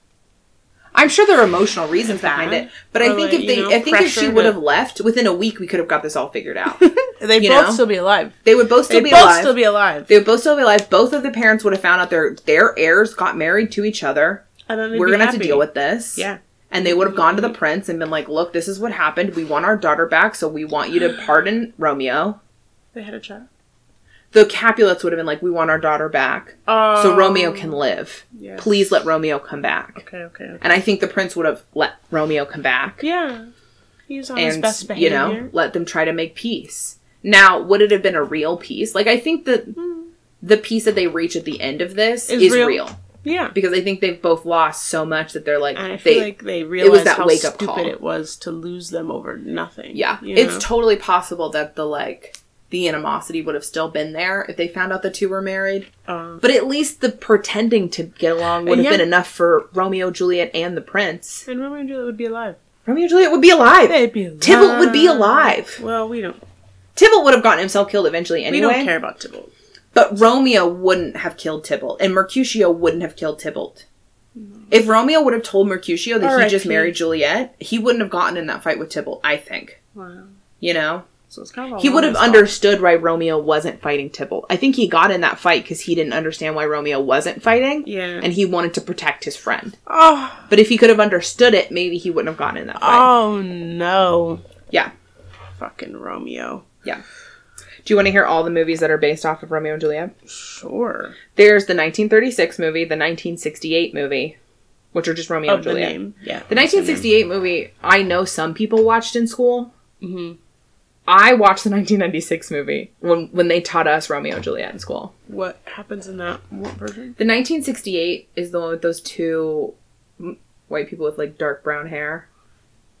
I'm sure there are emotional reasons behind Bad. it, but I Or, think like, if you they, know, I think if she pressure would to- have left within a week, we could have got this all figured out. They You both know? still be alive. they would both still they be both alive. still be alive. they would both still be alive. Both of the parents would have found out their their heirs got married to each other. And then they'd We're be going to have to happy. deal with this. Yeah. And they would have gone to the prince and been like, look, this is what happened. We want our daughter back, so we want you to pardon Romeo. They had a child. The Capulets would have been like, we want our daughter back, Oh. so Romeo can live. yes. Please let Romeo come back. Okay, okay, okay. And I think the prince would have let Romeo come back. Yeah. He was on his and best behavior. you know let them try to make peace now would it have been a real peace like i think that the peace that they reach at the end of this Hmm. Is is, real. real. Yeah. because i think they've both lost so much that they're like And I feel they like they realized that how wake-up stupid call. it was to lose them over nothing. yeah you it's know? totally possible that the like the animosity would have still been there if they found out the two were married Um, but at least the pretending to get along would have Yeah. been enough for romeo juliet and the prince and Romeo and Juliet would be alive. romeo and juliet would be alive They'd be alive. Tybalt would be alive. Well, we don't. Tybalt would have gotten himself killed eventually anyway. We don't care about Tybalt. But Romeo wouldn't have killed Tybalt, and Mercutio wouldn't have killed Tybalt. Mm. If Romeo would have told Mercutio that he R.I.P.. just married Juliet, he wouldn't have gotten in that fight with Tybalt, I think. Wow. You know? So it's kind of all He would have Romeo's fault. understood why Romeo wasn't fighting Tybalt. I think he got in that fight because he didn't understand why Romeo wasn't fighting, Yeah. and he wanted to protect his friend. oh, But if he could have understood it, maybe he wouldn't have gotten in that fight. oh no. Yeah. Fucking Romeo. Do you want to hear all the movies that are based off of Romeo and Juliet? Sure. There's the 1936 movie, the 1968 movie, which are just Romeo Of and the Juliet. name. Yeah. The 1968 movie, I know some people watched in school. hmm I watched the 1996 movie when when they taught us Romeo and Juliet in school. What happens in that what version? The 1968 is the one with those two mm, white people with like dark brown hair,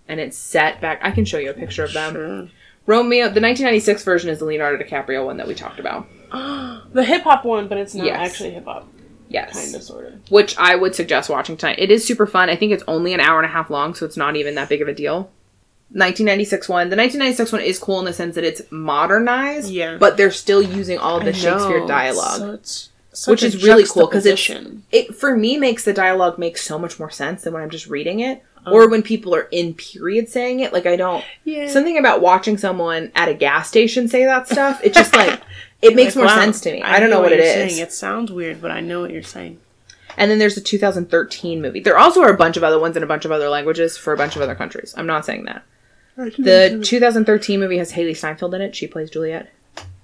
and it's set back. I can show you a picture of them. Sure. Romeo. The 1996 version is the Leonardo DiCaprio one that we talked about. the hip hop one, but it's not Yes. actually hip hop. Yes, Kind of, sort of. which I would suggest watching tonight. It is super fun. I think it's only an hour and a half long, so it's not even that big of a deal. 1996 one. The 1996 one is cool in the sense that it's modernized, Yeah. but they're still using all the Shakespeare dialogue. which is really cool because it's it for me makes the dialogue make so much more sense than when I'm just reading it or when people are in period saying it. Like I don't yeah. something about watching someone at a gas station say that stuff. It just like it makes more sense to me. I, don't know what, it is. It sounds weird, but I know what you're saying. And then there's the 2013 movie. There also are a bunch of other ones in a bunch of other languages for a bunch of other countries. I'm not saying that. Mm-hmm. The 2013 movie has Haley Steinfeld in it. She plays Juliet.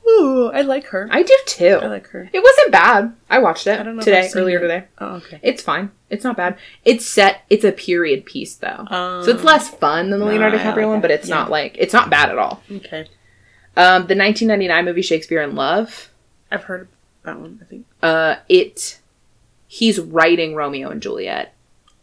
Ooh, I like her. I do too. I like her. it wasn't bad. I watched it Oh. I don't know if I've today, seen earlier it. today. Oh, okay. It's fine. It's not bad. It's set. It's a period piece though, so Um, it's less fun than the No, Leonardo I like DiCaprio one, that. but it's Yeah. not like it's not bad at all. Okay. Um, the 1999 movie Shakespeare in Love. I've heard that one, I think. Uh, it. He's writing Romeo and Juliet.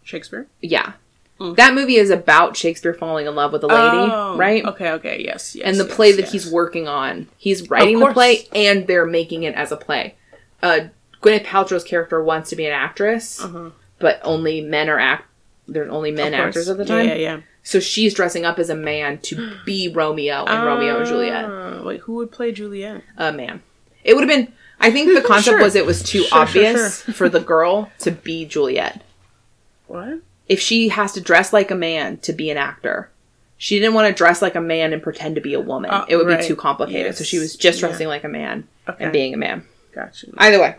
Shakespeare? Yeah. Mm. That movie is about Shakespeare falling in love with a lady, right? Oh, Okay, okay, yes, yes. And the yes, play that yes. he's working on. He's writing Of the course. play and they're making it as a play. Uh, Gwyneth Paltrow's character wants to be an actress, Uh-huh. but only men are act. There's only men Of course. actors at the Yeah, time. Yeah, yeah. So she's dressing up as a man to be Romeo and Romeo and Juliet. Ah, Wait, who would play Juliet? A man. It would have been. I think the concept Sure. was it was too Sure, sure, obvious for the girl to be Juliet. What? if she has to dress like a man to be an actor. She didn't want to dress like a man and pretend to be a woman. Uh, it would right. be too complicated. So Yes. she was just Yeah. dressing like a man Okay. and being a man. Gotcha. Either way.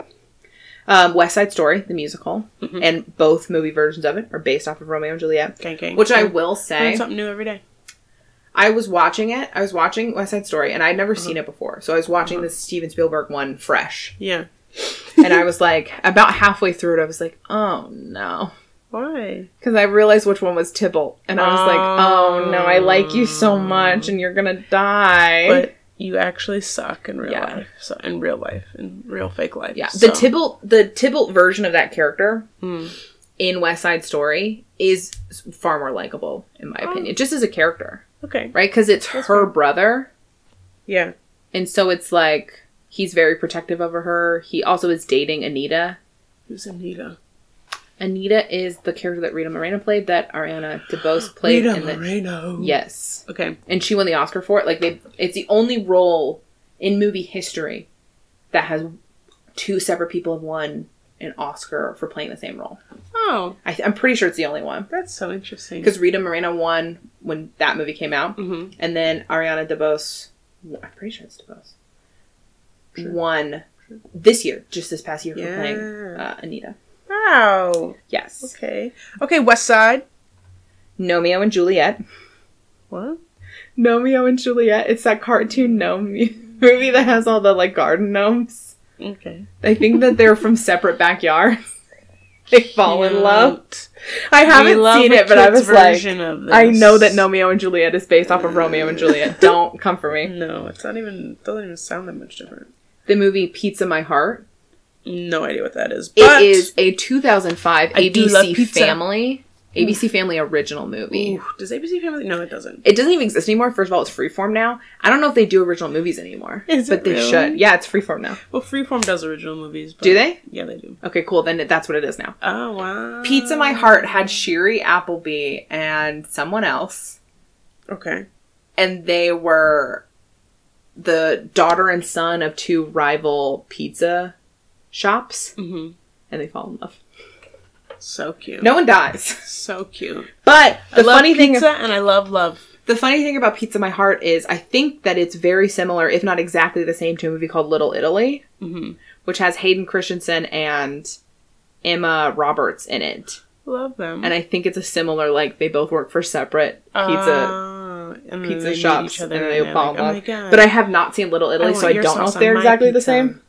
Um, West Side Story, the musical, Mm-hmm. and both movie versions of it are based off of Romeo and Juliet. Gang, gang. Which I Learn will say, something new every day. I was watching it. I was watching West Side Story, and I'd never Uh-huh. seen it before. So I was watching the Steven Spielberg one fresh. Yeah. and I was like, about halfway through it, I was like, oh no. Why? Because I realized which one was Tybalt, and I was like, "Oh no, I like you so much, and you're gonna die." But you actually suck in real Yeah. life. So in real life, in real fake life. yeah, so. hmm. the Tybalt, the Tybalt version of that character in West Side Story is far more likable, in my Oh. opinion, just as a character, Okay. right? Because it's her brother, Yeah. and so it's like he's very protective over her. He also is dating Anita. Who's Anita? Anita is the character that Rita Moreno played, that Ariana DeBose played in the Moreno. yes. Okay. and she won the Oscar for it. Like they, it's the only role in movie history that has two separate people have won an Oscar for playing the same role. Oh, I th- I'm pretty sure it's the only one that's so interesting. because Rita Moreno won when that movie came out, Mhm. and then Ariana DeBose, I'm pretty sure it's DeBose, won this year, just this past year for playing Yeah. uh, Anita. Wow. Yes. Okay. Okay, West Side. Nomeo and Juliet. What? Nomeo and Juliet. It's that cartoon gnome movie that has all the like garden gnomes. Okay. I think that they're from separate backyards. they fall in love. I We haven't love seen a it, but I kid's was like, version of I know that this. Nomeo and Juliet is based off of Romeo and Juliet. Don't come for me. No, it's not even. It doesn't even sound that much different. The movie Pizza My Heart. No idea what that is. It But is a 2005 I do love ABC pizza. Family ABC Family original movie. Ooh, does ABC Family? No, it doesn't. It doesn't even exist anymore. First of all, it's Freeform now. I don't know if they do original movies anymore, Is but it they really? should. Yeah, it's Freeform now. Well, Freeform does original movies. But Do they? Yeah, they do. Okay, cool. Then it- that's what it is now. Oh wow. Pizza My Heart had Sherry Appleby and someone else, Okay. and they were the daughter and son of two rival pizza shops, hmm and they fall in love. So cute. No one dies, So cute. but the I love funny thing pizza and I love love. The funny thing about Pizza My Heart is I think that it's very similar, if not exactly the same, to a movie called Little Italy, Mhm. which has Hayden Christensen and Emma Roberts in it. Love them. And I think it's a similar, like, they both work for separate pizza Ah, and then they pizza meet shops each and other they they're fall like, in "Oh love. my God." but I have not seen Little Italy, want so I your don't know sauce if on they're my exactly the pizza. same.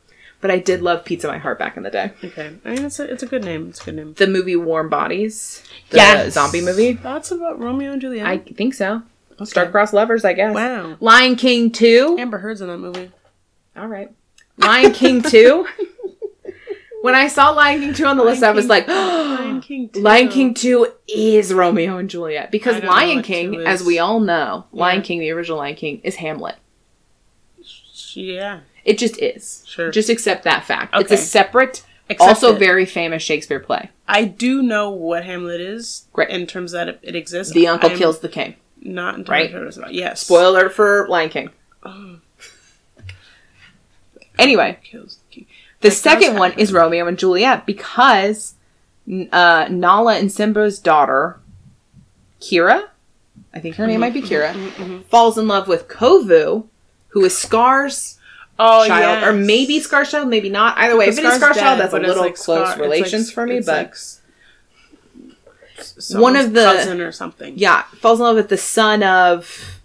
But I did love Pizza My Heart back in the day. okay. I mean, it's a, it's a good name. It's a good name. The movie Warm Bodies, the Yes. zombie movie. That's about Romeo and Juliet. I think so. Okay. Star-crossed lovers, I guess. Wow. Lion King 2. Amber Heard's in that movie. All right. Lion King 2. when I saw Lion King 2 on the list, I Lion was King- like, Lion King. too. Lion King 2 is Romeo and Juliet. I Because don't know Lion what King, two as is. we all know, Lion Yeah. King, the original Lion King, is Hamlet. Yeah. It just is. Sure. Just accept that fact. It's a Okay. separate, Accept also it. very famous Shakespeare play. I do know what Hamlet is. Great. In terms that it, it exists. The uncle I'm kills the king. Not entirely Right. sure what it's about. Yes. Spoiler for Lion King. Anyway, Kills the king. The That does second one happen. is Romeo and Juliet because n- uh, Nala and Simba's daughter, Kira, I think her name might Mm-hmm. be Kira, falls in love with Kovu, who is Scar's Oh child, yes. or maybe Scar's child, maybe not. Either way, But if it is Scar's dead, child, that's a but it's little like Scar- close it's like- relations for me, it's but like s- s- One of someone's the- cousin or something. yeah, falls in love with the son of,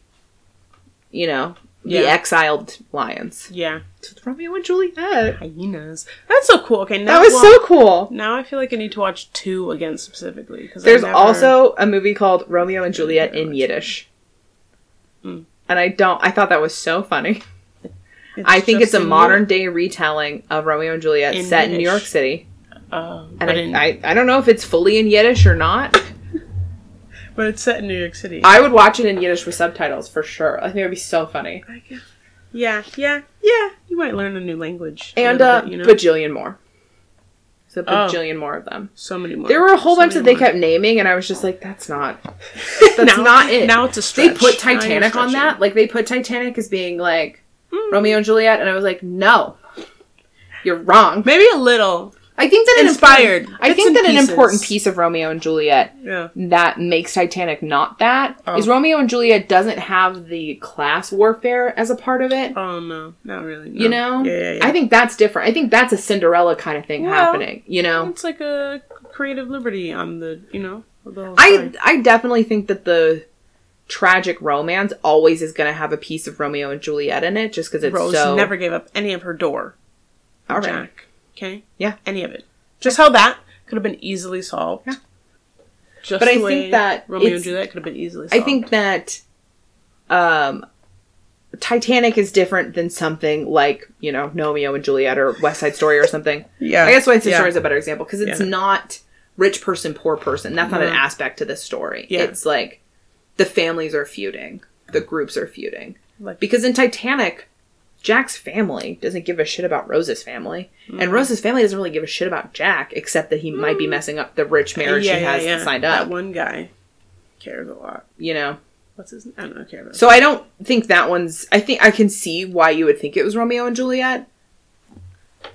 you know, the Yeah. exiled lions. Yeah. It's Romeo and Juliet. Hyenas. That's so cool. Okay. Now, That was well, so cool. Now I feel like I need to watch two again specifically because There's also a movie called Romeo and Juliet in Yiddish. Mm. And I don't I thought that was so funny. I think it's a modern day retelling of Romeo and Juliet In set in New Yiddish. York City. Uh, but, And I, in, I, I don't know if it's fully in Yiddish or not. but it's set in New York City. I would watch it in Yiddish with subtitles for sure. I think it would be so funny. I guess. Yeah, yeah, yeah. You might learn a new language. a And little uh bit, you know? bajillion more. There's a Oh. bajillion more of them. so many more. There were a whole So bunch that many they more. kept naming and I was just like, that's not that's Now- not it. Now it's a they stretch. put Now you're Titanic on stretching. that. Like they put Titanic as being like Mm. Romeo and Juliet, and I was like, no, you're wrong. Maybe a little. I think that an Inspired. important- I Bits think and that an pieces. important piece of Romeo and Juliet Yeah. that makes Titanic not that is Oh. Romeo and Juliet doesn't have the class warfare as a part of it. Oh no, not really. no. You know, Yeah, yeah, yeah. I think that's different. I think that's a Cinderella kind of thing Well, happening. You know, it's like a creative liberty on the you know. The whole I story. I definitely think that the tragic romance always is going to have a piece of Romeo and Juliet in it, just because it's Rose so never gave up any of her door. all right. Jack. Okay. Yeah. Any of it. Just how that could have been easily solved. Yeah. Just But I the think way that Romeo it's- and Juliet could have been easily. I solved. think that um, Titanic is different than something like you know Romeo and Juliet or West Side Story or something. Yeah. I guess West Side yeah. Story is a better example because it's Yeah. not rich person poor person. That's not an No. aspect to this story. Yeah. It's like the families are feuding, the groups are feuding. Like- because in Titanic, Jack's family doesn't give a shit about Rose's family, Mm. and Rose's family doesn't really give a shit about Jack except that he might be messing up the rich marriage yeah, he yeah, has yeah. signed That up. one guy cares a lot. You know. What's his? I don't know, care about. So I don't think that one's. I think I can see why you would think it was Romeo and Juliet,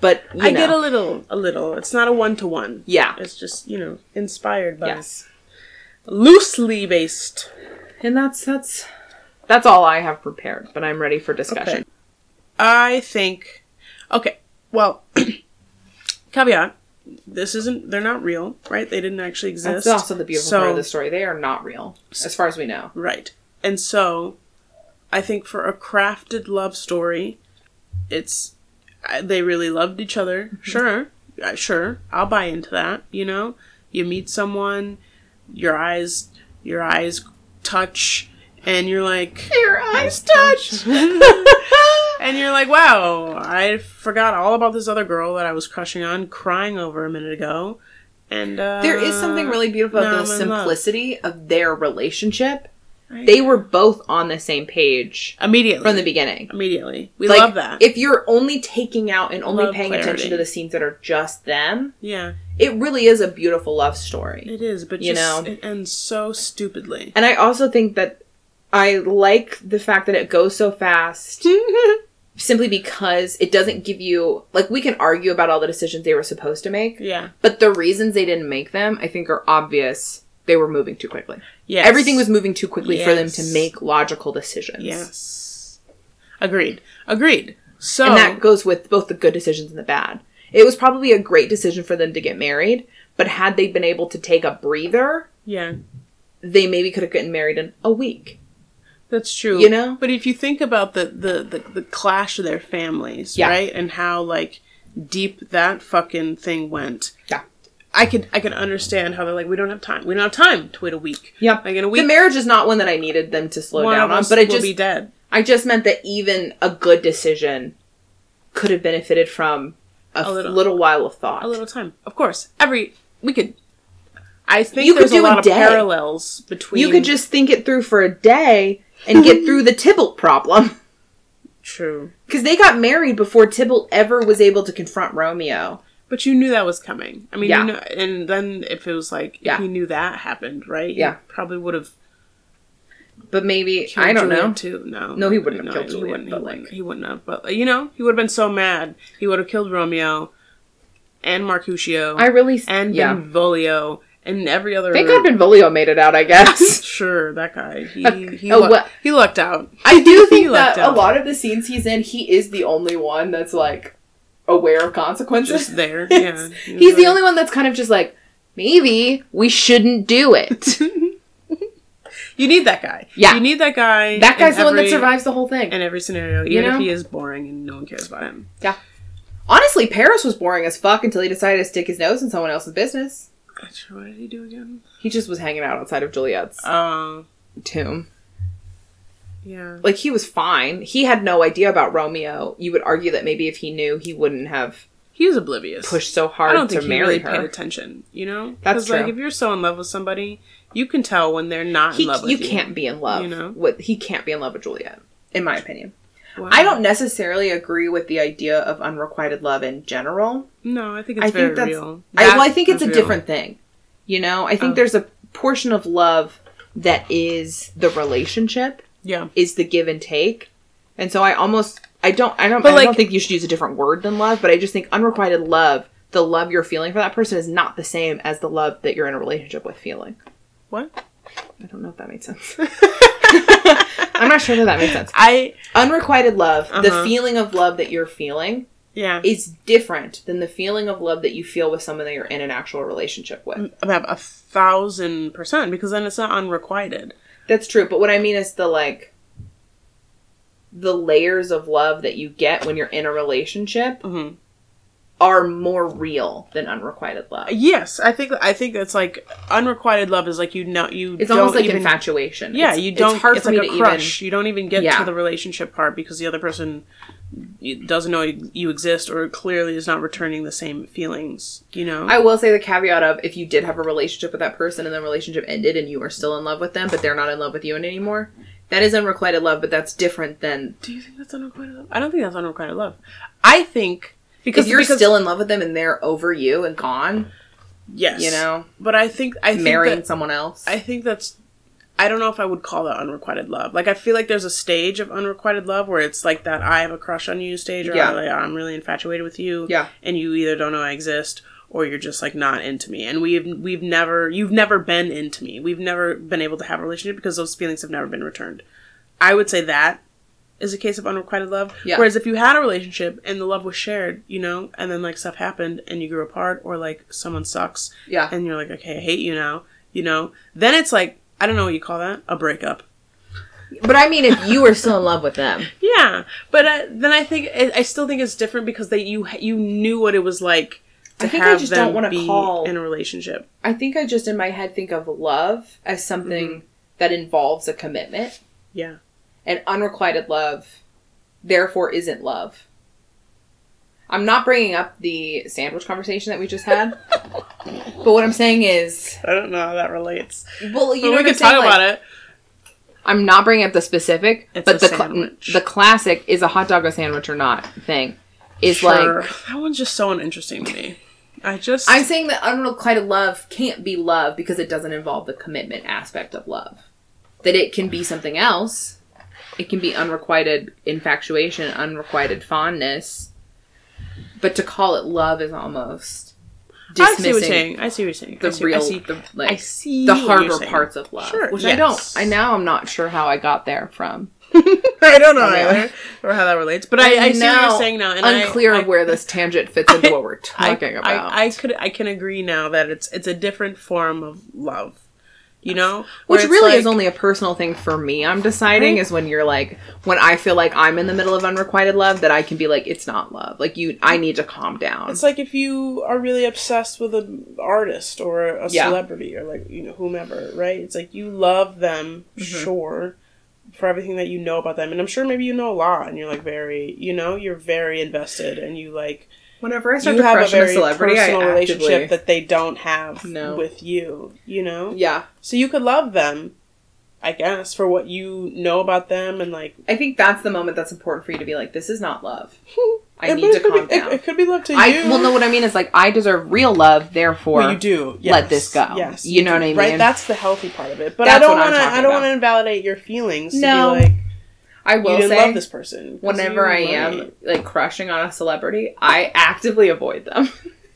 but you I know, get a little, a little. It's not a one to one. yeah, It's just you know inspired by, yes, loosely based. and that's that's that's all I have prepared. But I'm ready for discussion. Okay. I think. Okay. Well, caveat. this isn't they're not real, right? They didn't actually exist. That's also the beautiful part So- of the story. They are not real, as far as we know. Right. And so, I think for a crafted love story, it's I- they really loved each other. Mm-hmm. Sure, Uh, sure, I'll buy into that. You know, you meet someone, your eyes, your eyes touch, and you're like, Your eyes touch. and you're like, wow, I forgot all about this other girl that I was crushing on, crying over a minute ago. And uh, There is something really beautiful now about the I'm in love. simplicity of their relationship. I- They were both on the same page immediately from the beginning. immediately. We Like, love that. If you're only taking out and only Love paying clarity. attention to the scenes that are just them, yeah. it really is a beautiful love story. It is, but You you just, know? know, it ends so stupidly. And I also think that I like the fact that it goes so fast simply because it doesn't give you like we can argue about all the decisions they were supposed to make, yeah, but the reasons they didn't make them I think are obvious. They were moving too quickly. yeah. Everything was moving too quickly for them to Yes. make logical decisions. yes. Agreed. Agreed. So And that goes with both the good decisions and the bad. It was probably a great decision for them to get married, but had they been able to take a breather, yeah, they maybe could have gotten married in a week. that's true. You know? but if you think about the the the, the clash of their families, Yeah. right, and how like deep that fucking thing went. Yeah. I could I could understand how they're like we don't have time. We don't have time to wait a week. Yeah. like in a week, the marriage is not one that I needed them to slow one down of on, us but I will just be dead. I just meant that even a good decision could have benefited from a, A little, little- while of thought. a little time. Of course, every we could. I think You could there's do a a lot of day. parallels between. you could just think it through for a day and get through the Tybalt problem. true, Because they got married before Tybalt ever was able to confront Romeo. but you knew that was coming. I mean, Yeah. you know, and then if it was like Yeah. if you knew that happened, right? you Yeah. probably would have. But maybe killed I don't Juliet know. Too. No, No, he wouldn't have killed he Juliet, wouldn't- He but, wouldn't, like- he wouldn't have. But you know, he would have been so mad. He would have killed Romeo, and Mercutio, I really s- and yeah. Benvolio, and every other. Thank God Benvolio made it out. I guess Sure, that guy. He Okay. he, Oh, luck- well- he lucked out. I do He think lucked that a out. lot of the scenes he's in, he is the only one that's like aware of consequences. Just there. Yeah, He's the only one that's kind of just like, maybe we shouldn't do it. You need that guy. Yeah. You need that guy. that guy's in the one that every- survives the whole thing. In every scenario, even You know? if he is boring and no one cares about him. Honestly, Paris was boring as fuck until he decided to stick his nose in someone else's business. Actually, What did he do again? He just was hanging out outside of Juliet's Uh, tomb. yeah. Like he was fine. He had no idea about Romeo. You would argue that maybe if he knew, he wouldn't have He was oblivious. pushed so hard I don't to think he marry really paid her. attention, you know? That's 'Cause, like, true. if you're so in love with somebody, you can tell when they're not He, in love with you you. can't be in love you know? with. He can't be in love with Juliet, in my opinion. Wow. I don't necessarily agree with the idea of unrequited love in general. No, I think I it's very think that's- real. I, well, I That's- think it's a that's real. different thing. You know, I think Oh. there's a portion of love that is the relationship, Yeah. is the give and take, and so I almost I don't I don't But, I don't like- think you should use a different word than love, but I just think unrequited love, the love you're feeling for that person, is not the same as the love that you're in a relationship with feeling. What? I don't know if that made sense. I'm not sure that that made sense. I. Unrequited love, the Uh-huh. feeling of love that you're feeling, Yeah. is different than the feeling of love that you feel with someone that you're in an actual relationship with. About a thousand percent, because then it's not unrequited. That's true, but what I mean is the like the layers of love that you get when you're in a relationship Mm hmm. are more real than unrequited love. Yes, I think I think it's like unrequited love is like you know you It's don't almost like even infatuation. yeah It's- you don't It's hard for like me a to crush you don't even get Yeah. to the relationship part because the other person doesn't know you exist or clearly is not returning the same feelings you know even. I will say the caveat of if you did have a relationship with that person and the relationship ended and you are still in love with them, but they're not in love with you anymore. That is unrequited love, but that's different than do you think that's unrequited love I don't think that's unrequited love I think because if you're because- still in love with them and they're over you and gone, yes you know, but I think I think marrying that, someone else. I think that's I don't know if I would call that unrequited love. Like I feel like there's a stage of unrequited love where it's like that I have a crush on you stage or Yeah. like, I'm really infatuated with you. Yeah. And you either don't know I exist or you're just like not into me. And we've we've never you've never been into me. We've never been able to have a relationship because those feelings have never been returned. I would say that is a case of unrequited love. Yeah. Whereas if you had a relationship and the love was shared, you know, and then like stuff happened and you grew apart or like someone sucks Yeah. and you're like, okay, I hate you now, you know, then it's like, I don't know what you call that, a breakup. But I mean, if you were still in love with them, Yeah, but uh, then I think I I still think it's different because they you you knew what it was like to I think I have just them don't wanna be call- in a relationship. I think I just in my head think of love as something Mm-hmm. that involves a commitment. Yeah. And unrequited love, therefore, isn't love. I'm not bringing up the sandwich conversation that we just had, but what I'm saying is, I don't know how that relates. well, you but we know, what I'm could talk saying? Like, about it. I'm not bringing up the specific, It's but a the cl- sandwich. the classic is a hot dog a sandwich or not thing. Is Sure. like that one's just so uninteresting to me. I just I'm saying that unrequited love can't be love because it doesn't involve the commitment aspect of love. That it can be something else. It can be unrequited infatuation, unrequited fondness. But to call it love is almost I see what you're dismissing saying. I see what you're saying. the I see, real, I see, the, I like, see the what you're harder saying. parts of love, Sure, which I yes. don't. I now I'm not sure how I got there from. I don't know Yeah. either or how that relates, but I, I see what now you're saying now. And I- unclear I, of where this tangent fits into what we're I, talking I- about. I, could I can agree now that it's it's a different form of love, you know, Which Where it's really like- is only a personal thing for me. I'm deciding Right. is when you're like when I feel like I'm in the middle of unrequited love that I can be like it's not love. Like you, I need to calm down. It's like if you are really obsessed with an artist or a Yeah. celebrity or like you know whomever, right? It's like you love them, Mm-hmm. sure, for everything that you know about them, and I'm sure maybe you know a lot, and you're like very, you know, you're very invested, and you like Whenever I you have a very personal relationship that they don't have No. with you, you know. yeah, So you could love them, I guess, for what you know about them, and like I think that's the moment that's important for you to be like this is not love. I it- need it to could calm be, it- down. It, could be love to I you. well, no, what I mean is like I deserve real love. Therefore, Well, you do yes. let this go. Yes, You know do. what I mean? Right, that's the healthy part of it. But I That's don't what I'm want to. talking I don't about. want to invalidate your feelings. No, to be like, I you will didn't say love this person. 'cause whenever I you am might. like crushing on a celebrity, I actively avoid them.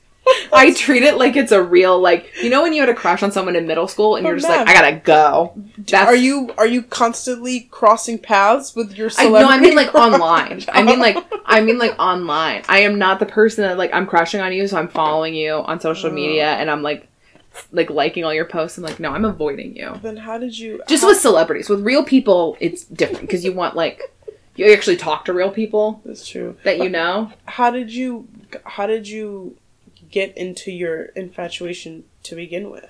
I treat it like it's a real like you know when you had a crush on someone in middle school and But you're just Mav, like I gotta go. That's, Oh, are you are you constantly crossing paths with your I, celebrity? no, I mean like crush? online. I mean like I mean like online. I am not the person that like I'm crushing on you, so I'm following you on social Oh. media and I'm like like liking all your posts. I'm like no, I'm avoiding you. Then how did you? Just how- with celebrities, with real people, it's different because you want like you actually talk to real people That's true. that you know. How did you? How did you get into your infatuation to begin with?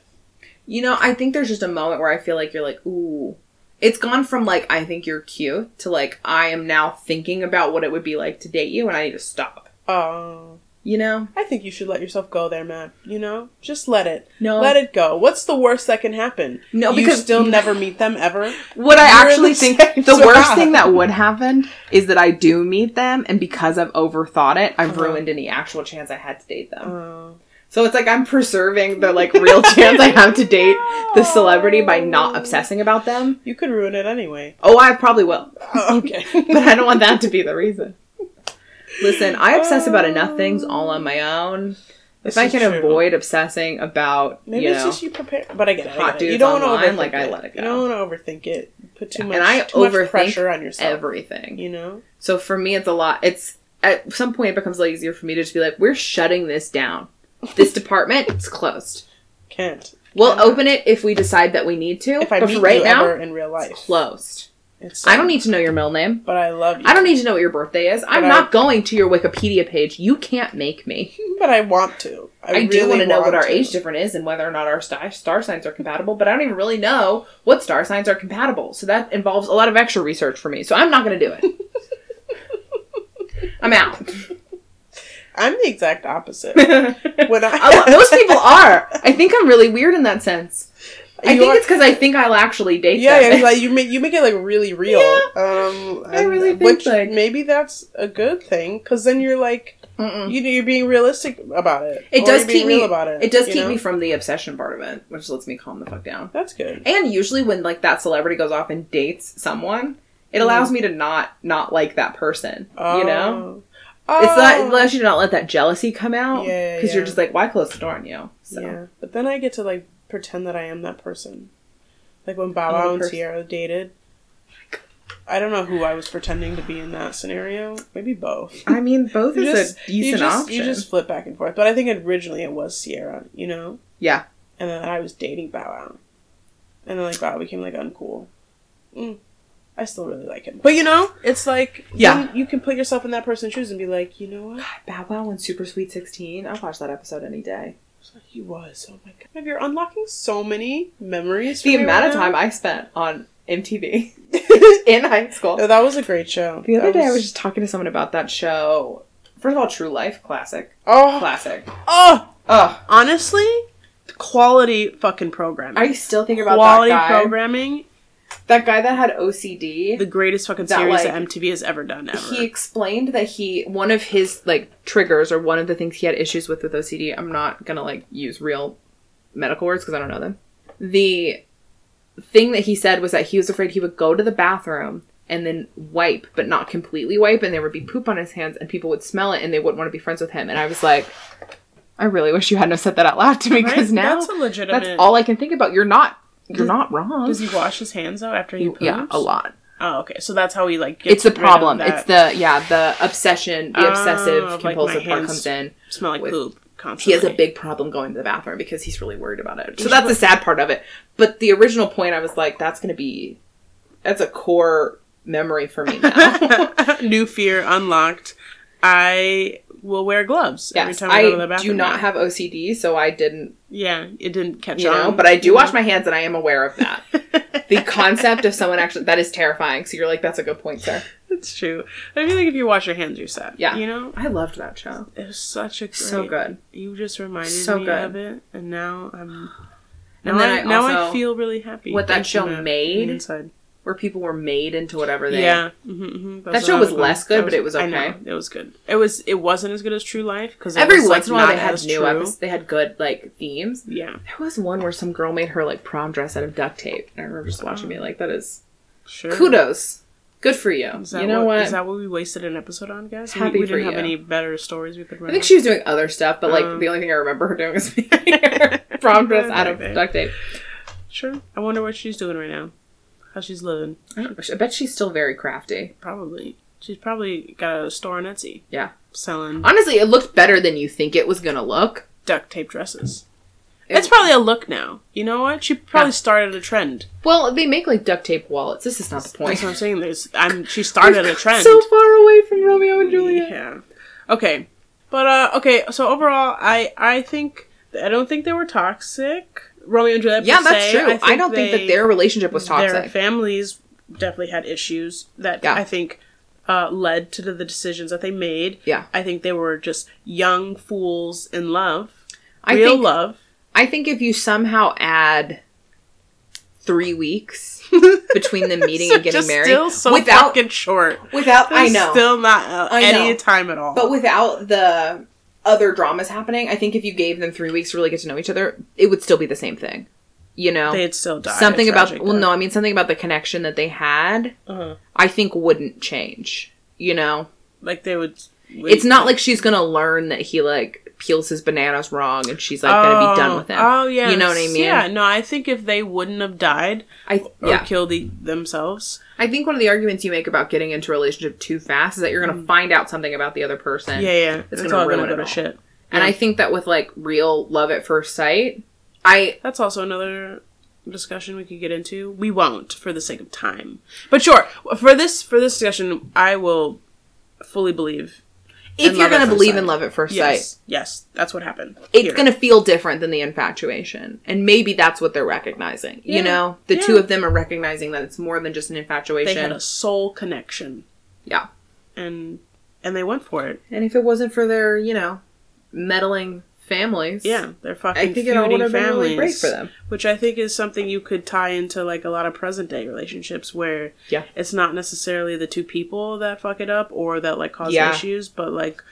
You know, I think there's just a moment where I feel like you're like, ooh. It's gone from like, I think you're cute to like, I am now thinking about what it would be like to date you and I need to stop. Oh, You know? I think you should let yourself go there, Matt. You know, just let it, No. let it go. What's the worst that can happen? No, you because- still never meet them ever. What I You're actually the think same the worst spot. thing that would happen is that I do meet them and because I've overthought it, I've Uh-huh. ruined any actual chance I had to date them. Oh. Uh-huh. So it's like I'm preserving the like real chance I have to date the celebrity by not obsessing about them. You could ruin it anyway. Oh, I probably will. okay. but I don't want that to be the reason. Listen, I obsess about enough things all on my own. This if I is can true. avoid obsessing about, Maybe you it's know, just you prepare. But I get it. I hot get it. You dudes don't want to online, overthink like, it. I let it You go. don't want to overthink it. Put too much. And I too much overthink pressure on yourself. everything. You know. So for me, it's a lot. It's at some point it becomes a lot easier for me to just be like, we're shutting this down. This department, it's closed. Can't. We'll Yeah. open it if we decide that we need to. If I but meet for right you now, ever in real life, closed. It's, I don't need to know your middle name. But I love you. I don't need to know what your birthday is. I'm But I- not going to your Wikipedia page. You can't make me. But I want to. I, e- I, do really want to know what our to. age difference is and whether or not our star, star signs are compatible, but I don't even really know what star signs are compatible. So that involves a lot of extra research for me. So I'm not going to do it. I'm out. I'm the exact opposite. when When I- most people are. I think I'm really weird in that sense. I You think are- it's because I think I'll actually date Yeah, them. yeah, like you make you make it like really real. Yeah. Um, I really think, which like- maybe that's a good thing because then you're like Mm-mm. you know you're being realistic about it. Mm. It Or does you're being keep real me. about it. it does you keep know? me from the obsession part of it, which lets me calm the fuck down. That's good. And usually when like that celebrity goes off and dates someone, it allows me to not not like that person. You know? Mm-hmm. Oh. It's not it allows you to not let that jealousy come out. Yeah, Because you're yeah. just like, why close the door on you? So Yeah, but then I get to like pretend that I am that person. Like when I'm Oh Bow the Wow and person. Sierra dated, I don't know who I was pretending to be in that scenario. Maybe both. I mean, both You is just, a decent you just, option. You just flip back and forth. But I think originally it was Sierra, you know? Yeah. And then I was dating Bow Wow. And then, like, Bow Wow became, like, uncool. Mm. I still really like him. But, you know, it's like, Yeah. then you can put yourself in that person's shoes and be like, you know what? Bow Wow and Super Sweet 16. I'll watch that episode any day. He was. Oh my god. You're unlocking so many memories. The for me amount right of now. time I spent on MTV in high school. No, Oh, that was a great show. The other That day, I was just talking to someone about that show. First of all, True Life, classic, Oh, classic. oh! Ugh, Honestly, quality fucking programming. I still think about quality that guy. programming. That guy that had OCD. The greatest fucking That, series like, that MTV has ever done ever. He explained that he one of his like triggers or one of the things he had issues with with OCD. I'm not gonna like use real medical words because I don't know them. The thing that he said was that he was afraid he would go to the bathroom and then wipe, but not completely wipe, and there would be poop on his hands, and people would smell it, and they wouldn't want to be friends with him. And I was like, I really wish you hadn't have said that out loud to me Right? because now that's a that's, legitimate. all I can think about. You're not. You're Does- not wrong. Does he wash his hands though after he poops? yeah, a lot. Oh, okay. So that's how he like. Gets it's the rid of problem. that It's the yeah, the obsession, the Oh, obsessive like my compulsive part hands- comes in. smell like with- poop He constantly. has a big problem going to the bathroom because he's really worried about it. So that's the sad part of it. But the original point, I was like, that's going to be, that's a core memory for me now. new fear unlocked. I will wear gloves every yes, time I, go to the I bathroom. do not now. have OCD, so I didn't, Yeah, it didn't catch you know, on. but I do wash my hands, and I am aware of that. the concept of someone actually that is terrifying. So you're like, that's a good point, sir. It's true. I feel like if you wash your hands, you're set. Yeah. you know, I loved that show. it was such a great, So good. You just reminded So me good. of it, and now I'm. Now And then I, I now I also- feel really happy. what that Thank you, show Matt, from made. the inside. Where people were made into whatever they Yeah, mm-hmm, hmm That show was less good, but it was I know okay. it was good. It was it wasn't as good as True Life because Every was, once like, in a while, not they had as new true. episodes. They had good like themes. Yeah, There was one where some girl made her like prom dress out of duct tape, and I remember just watching me like that is sure. kudos, good for you. Is that You know what, what? Is that what we wasted an episode on, guys? We- Happy we, for didn't have you. any better stories we could. Run I think she was doing other stuff, but like Um. the only thing I remember her doing was making her prom dress out of Okay. duct tape. sure. I wonder what she's doing right now, how she's living. I, don't- I bet she's still very crafty. Probably she's probably got a store on Etsy. Yeah. selling Honestly, it looked better than you think it was gonna look. duct tape dresses. It- It's probably a look now. You know what? She probably Yeah. started a trend. Well, they make like duct tape wallets. This is not the That's point. what I'm saying. There's, I'm. She started a trend. So far away from Romeo and Juliet. Yeah. Okay. But uh okay, so overall I I think I don't think they were toxic. Romeo and Juliet. Yeah, per that's se. true. I, don't think that their relationship was toxic. their families definitely had issues that Yeah. I think uh, led to the decisions that they made. Yeah. I think they were just young fools in love. I real think love. I think if you somehow add three weeks between them meeting and They're getting just married, Still so without fucking short. without I There's know, Still not uh, I any know. time at all. but without the other dramas happening, I think if you gave them three weeks to really get to know each other, it would still be the same thing. You know, they'd still die. a something about tragic well, death. no, I mean something about the connection that they had. Uh-huh. I think wouldn't change. You know, Like they would. would it's not like she's gonna learn that he like peels his bananas wrong and she's like gonna be done with him. Oh yeah, you know what I mean? Yeah, no, I think if they wouldn't have died I or yeah. killed e- themselves, I think one of the arguments you make about getting into a relationship too fast is that you're going to find out something about the other person. yeah, yeah, it's, gonna all gonna ruin go it to all. shit. And I think that with like real love at first sight, I That's also another discussion we could get into. We won't for the sake of time, but sure. For this for this discussion, I will fully believe. if And you're love at going to first believe sight. in love at first Yes, sight, yes, that's what happened. it's Here. going to feel different than the infatuation. And maybe that's what they're recognizing. Yeah. You know, the Yeah. two of them are recognizing that it's more than just an They had infatuation. a soul connection. Yeah. and and they went for it. and if it wasn't for their, you know, meddling families, Yeah, they're fucking. I think it all would feuding have been really great families. for them. which I think is something you could tie into like a lot of present day relationships where Yeah. it's not necessarily the two people that fuck it up or that like cause Yeah. issues, but like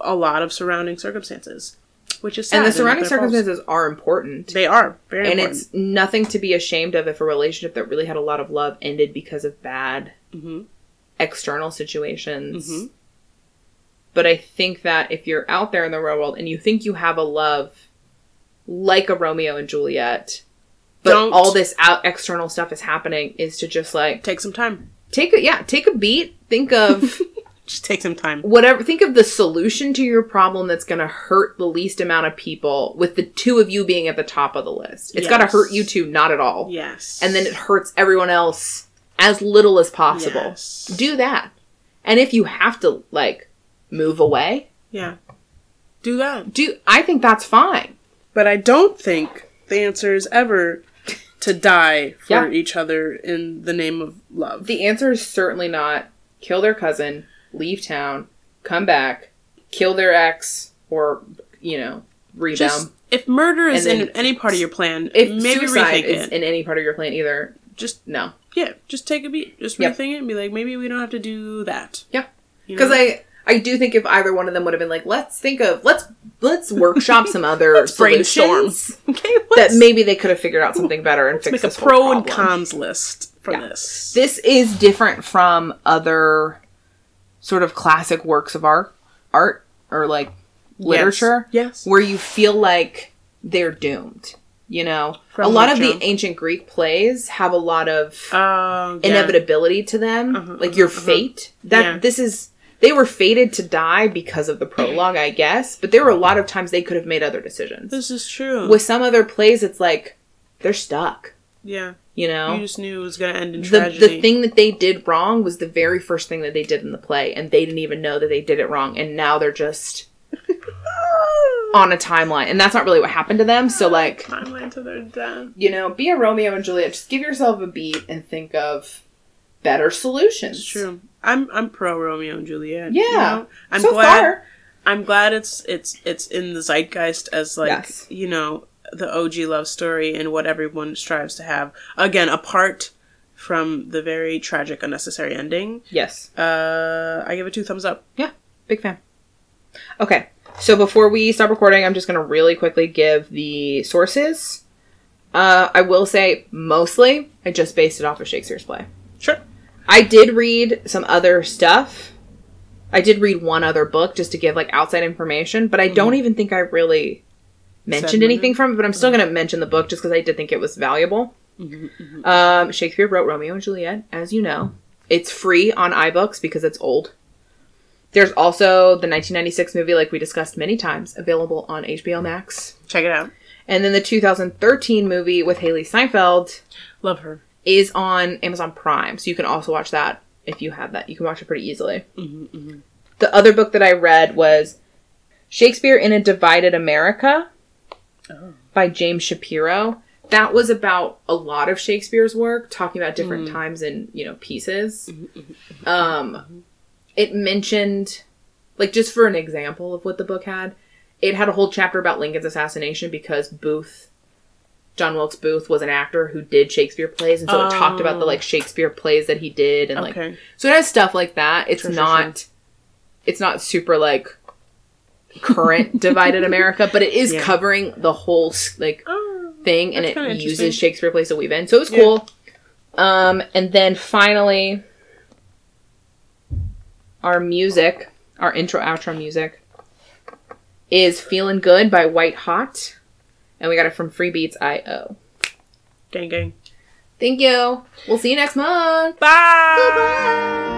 a lot of surrounding circumstances, which is sad And the not surrounding their fault. circumstances are important. they are very and important. it's nothing to be ashamed of if a relationship that really had a lot of love ended because of bad Mhm. external situations. Mhm. But I think that if you're out there in the real world and you think you have a love like a Romeo and Juliet, but Don't. all this out external stuff is happening, is to just like Take some time. Take a yeah, take a beat. Think of Just take some time. whatever think of the solution to your problem that's going to hurt the least amount of people with the two of you being at the top of the list it's got to Yes. hurt you two not at all Yes. and then it hurts everyone else as little as possible Yes. do that and if you have to like move away yeah. Do that. do i think that's fine But I don't think the answer is ever to die for Yeah. each other in the name of love. the answer is certainly not kill their cousin leave town come back kill their ex or you know rebound Just if murder is And in then- any part of your plan, if maybe suicide rethink is it. in any part of your plan either just no yeah, just take a beat, just Yep. rethink it, and be like, maybe we don't have to do that. Yeah. You because know? I I do think if either one of them would have been like, let's think of let's let's workshop some other brainstorm. solutions okay, that let's maybe they could have figured out something better and make fixed a this whole pro and problem. cons list for Yeah. this. This is different from other sort of classic works of art, art or like literature, Yes. where you feel like they're doomed. You know, From a lot of Nietzsche. the ancient Greek plays have a lot of Uh, yeah. inevitability to them, Uh-huh, like your fate. That Yeah. this is they were fated to die because of the prologue, I guess. But there were a lot of times they could have made other decisions. This is true. With some other plays, it's like they're stuck. yeah. You know, You just knew it was going to end in the tragedy. the thing that they did wrong was the very first thing that they did in the play, and they didn't even know that they did it wrong, and now they're just on a timeline, and that's not really what happened to them. So like, timeline to their death. you know, be a Romeo and Juliet. Just give yourself a beat and think of better solutions. It's true. I'm I'm pro Romeo and Juliet. Yeah. I'm so glad far, I'm glad it's it's it's in the zeitgeist as like Yes. you know the OG love story and what everyone strives to have. Again, apart from the very tragic, unnecessary ending, Yes. uh, I give it two thumbs up. Big fan. Okay. So before we stop recording, I'm just going to really quickly give the sources. Uh, I will say mostly I just based it off of Shakespeare's play. Sure. I did read some other stuff. I did read one other book just to give like outside information, but I don't even think I really mentioned Segmented. anything from it. But I'm still going to mention the book just because I did think it was valuable. Um, Shakespeare wrote Romeo and Juliet, as you know. It's free on iBooks because it's old. There's also the 1996 movie, like we discussed many times, available on HBO Max. Check it out. And then the 2013 movie with Haley Steinfeld Love her. is on Amazon Prime, so you can also watch that if you have that. You can watch it pretty easily. Mm-hmm, The other book that I read was Shakespeare in a Divided America by James Shapiro. That was about a lot of Shakespeare's work, talking about different times and you know pieces. Um, it mentioned, like, just for an example of what the book had, it had a whole chapter about Lincoln's assassination because Booth John Wilkes Booth was an actor who did Shakespeare plays, and so it talked about the like Shakespeare plays that he did, and like Okay. so it has stuff like that. It's Sure, sure, not, it's not super like current divided America, but it is Yeah. covering the whole s- like Oh. thing, and That's kinda it interesting. uses Shakespeare plays that we've been. So it was Yeah. cool. Um, and then finally, our music, our intro outro music, is "Feeling Good" by White Hot, and we got it from Freebeats.io. Gang gang. Thank you. We'll see you next month. Bye. Bye.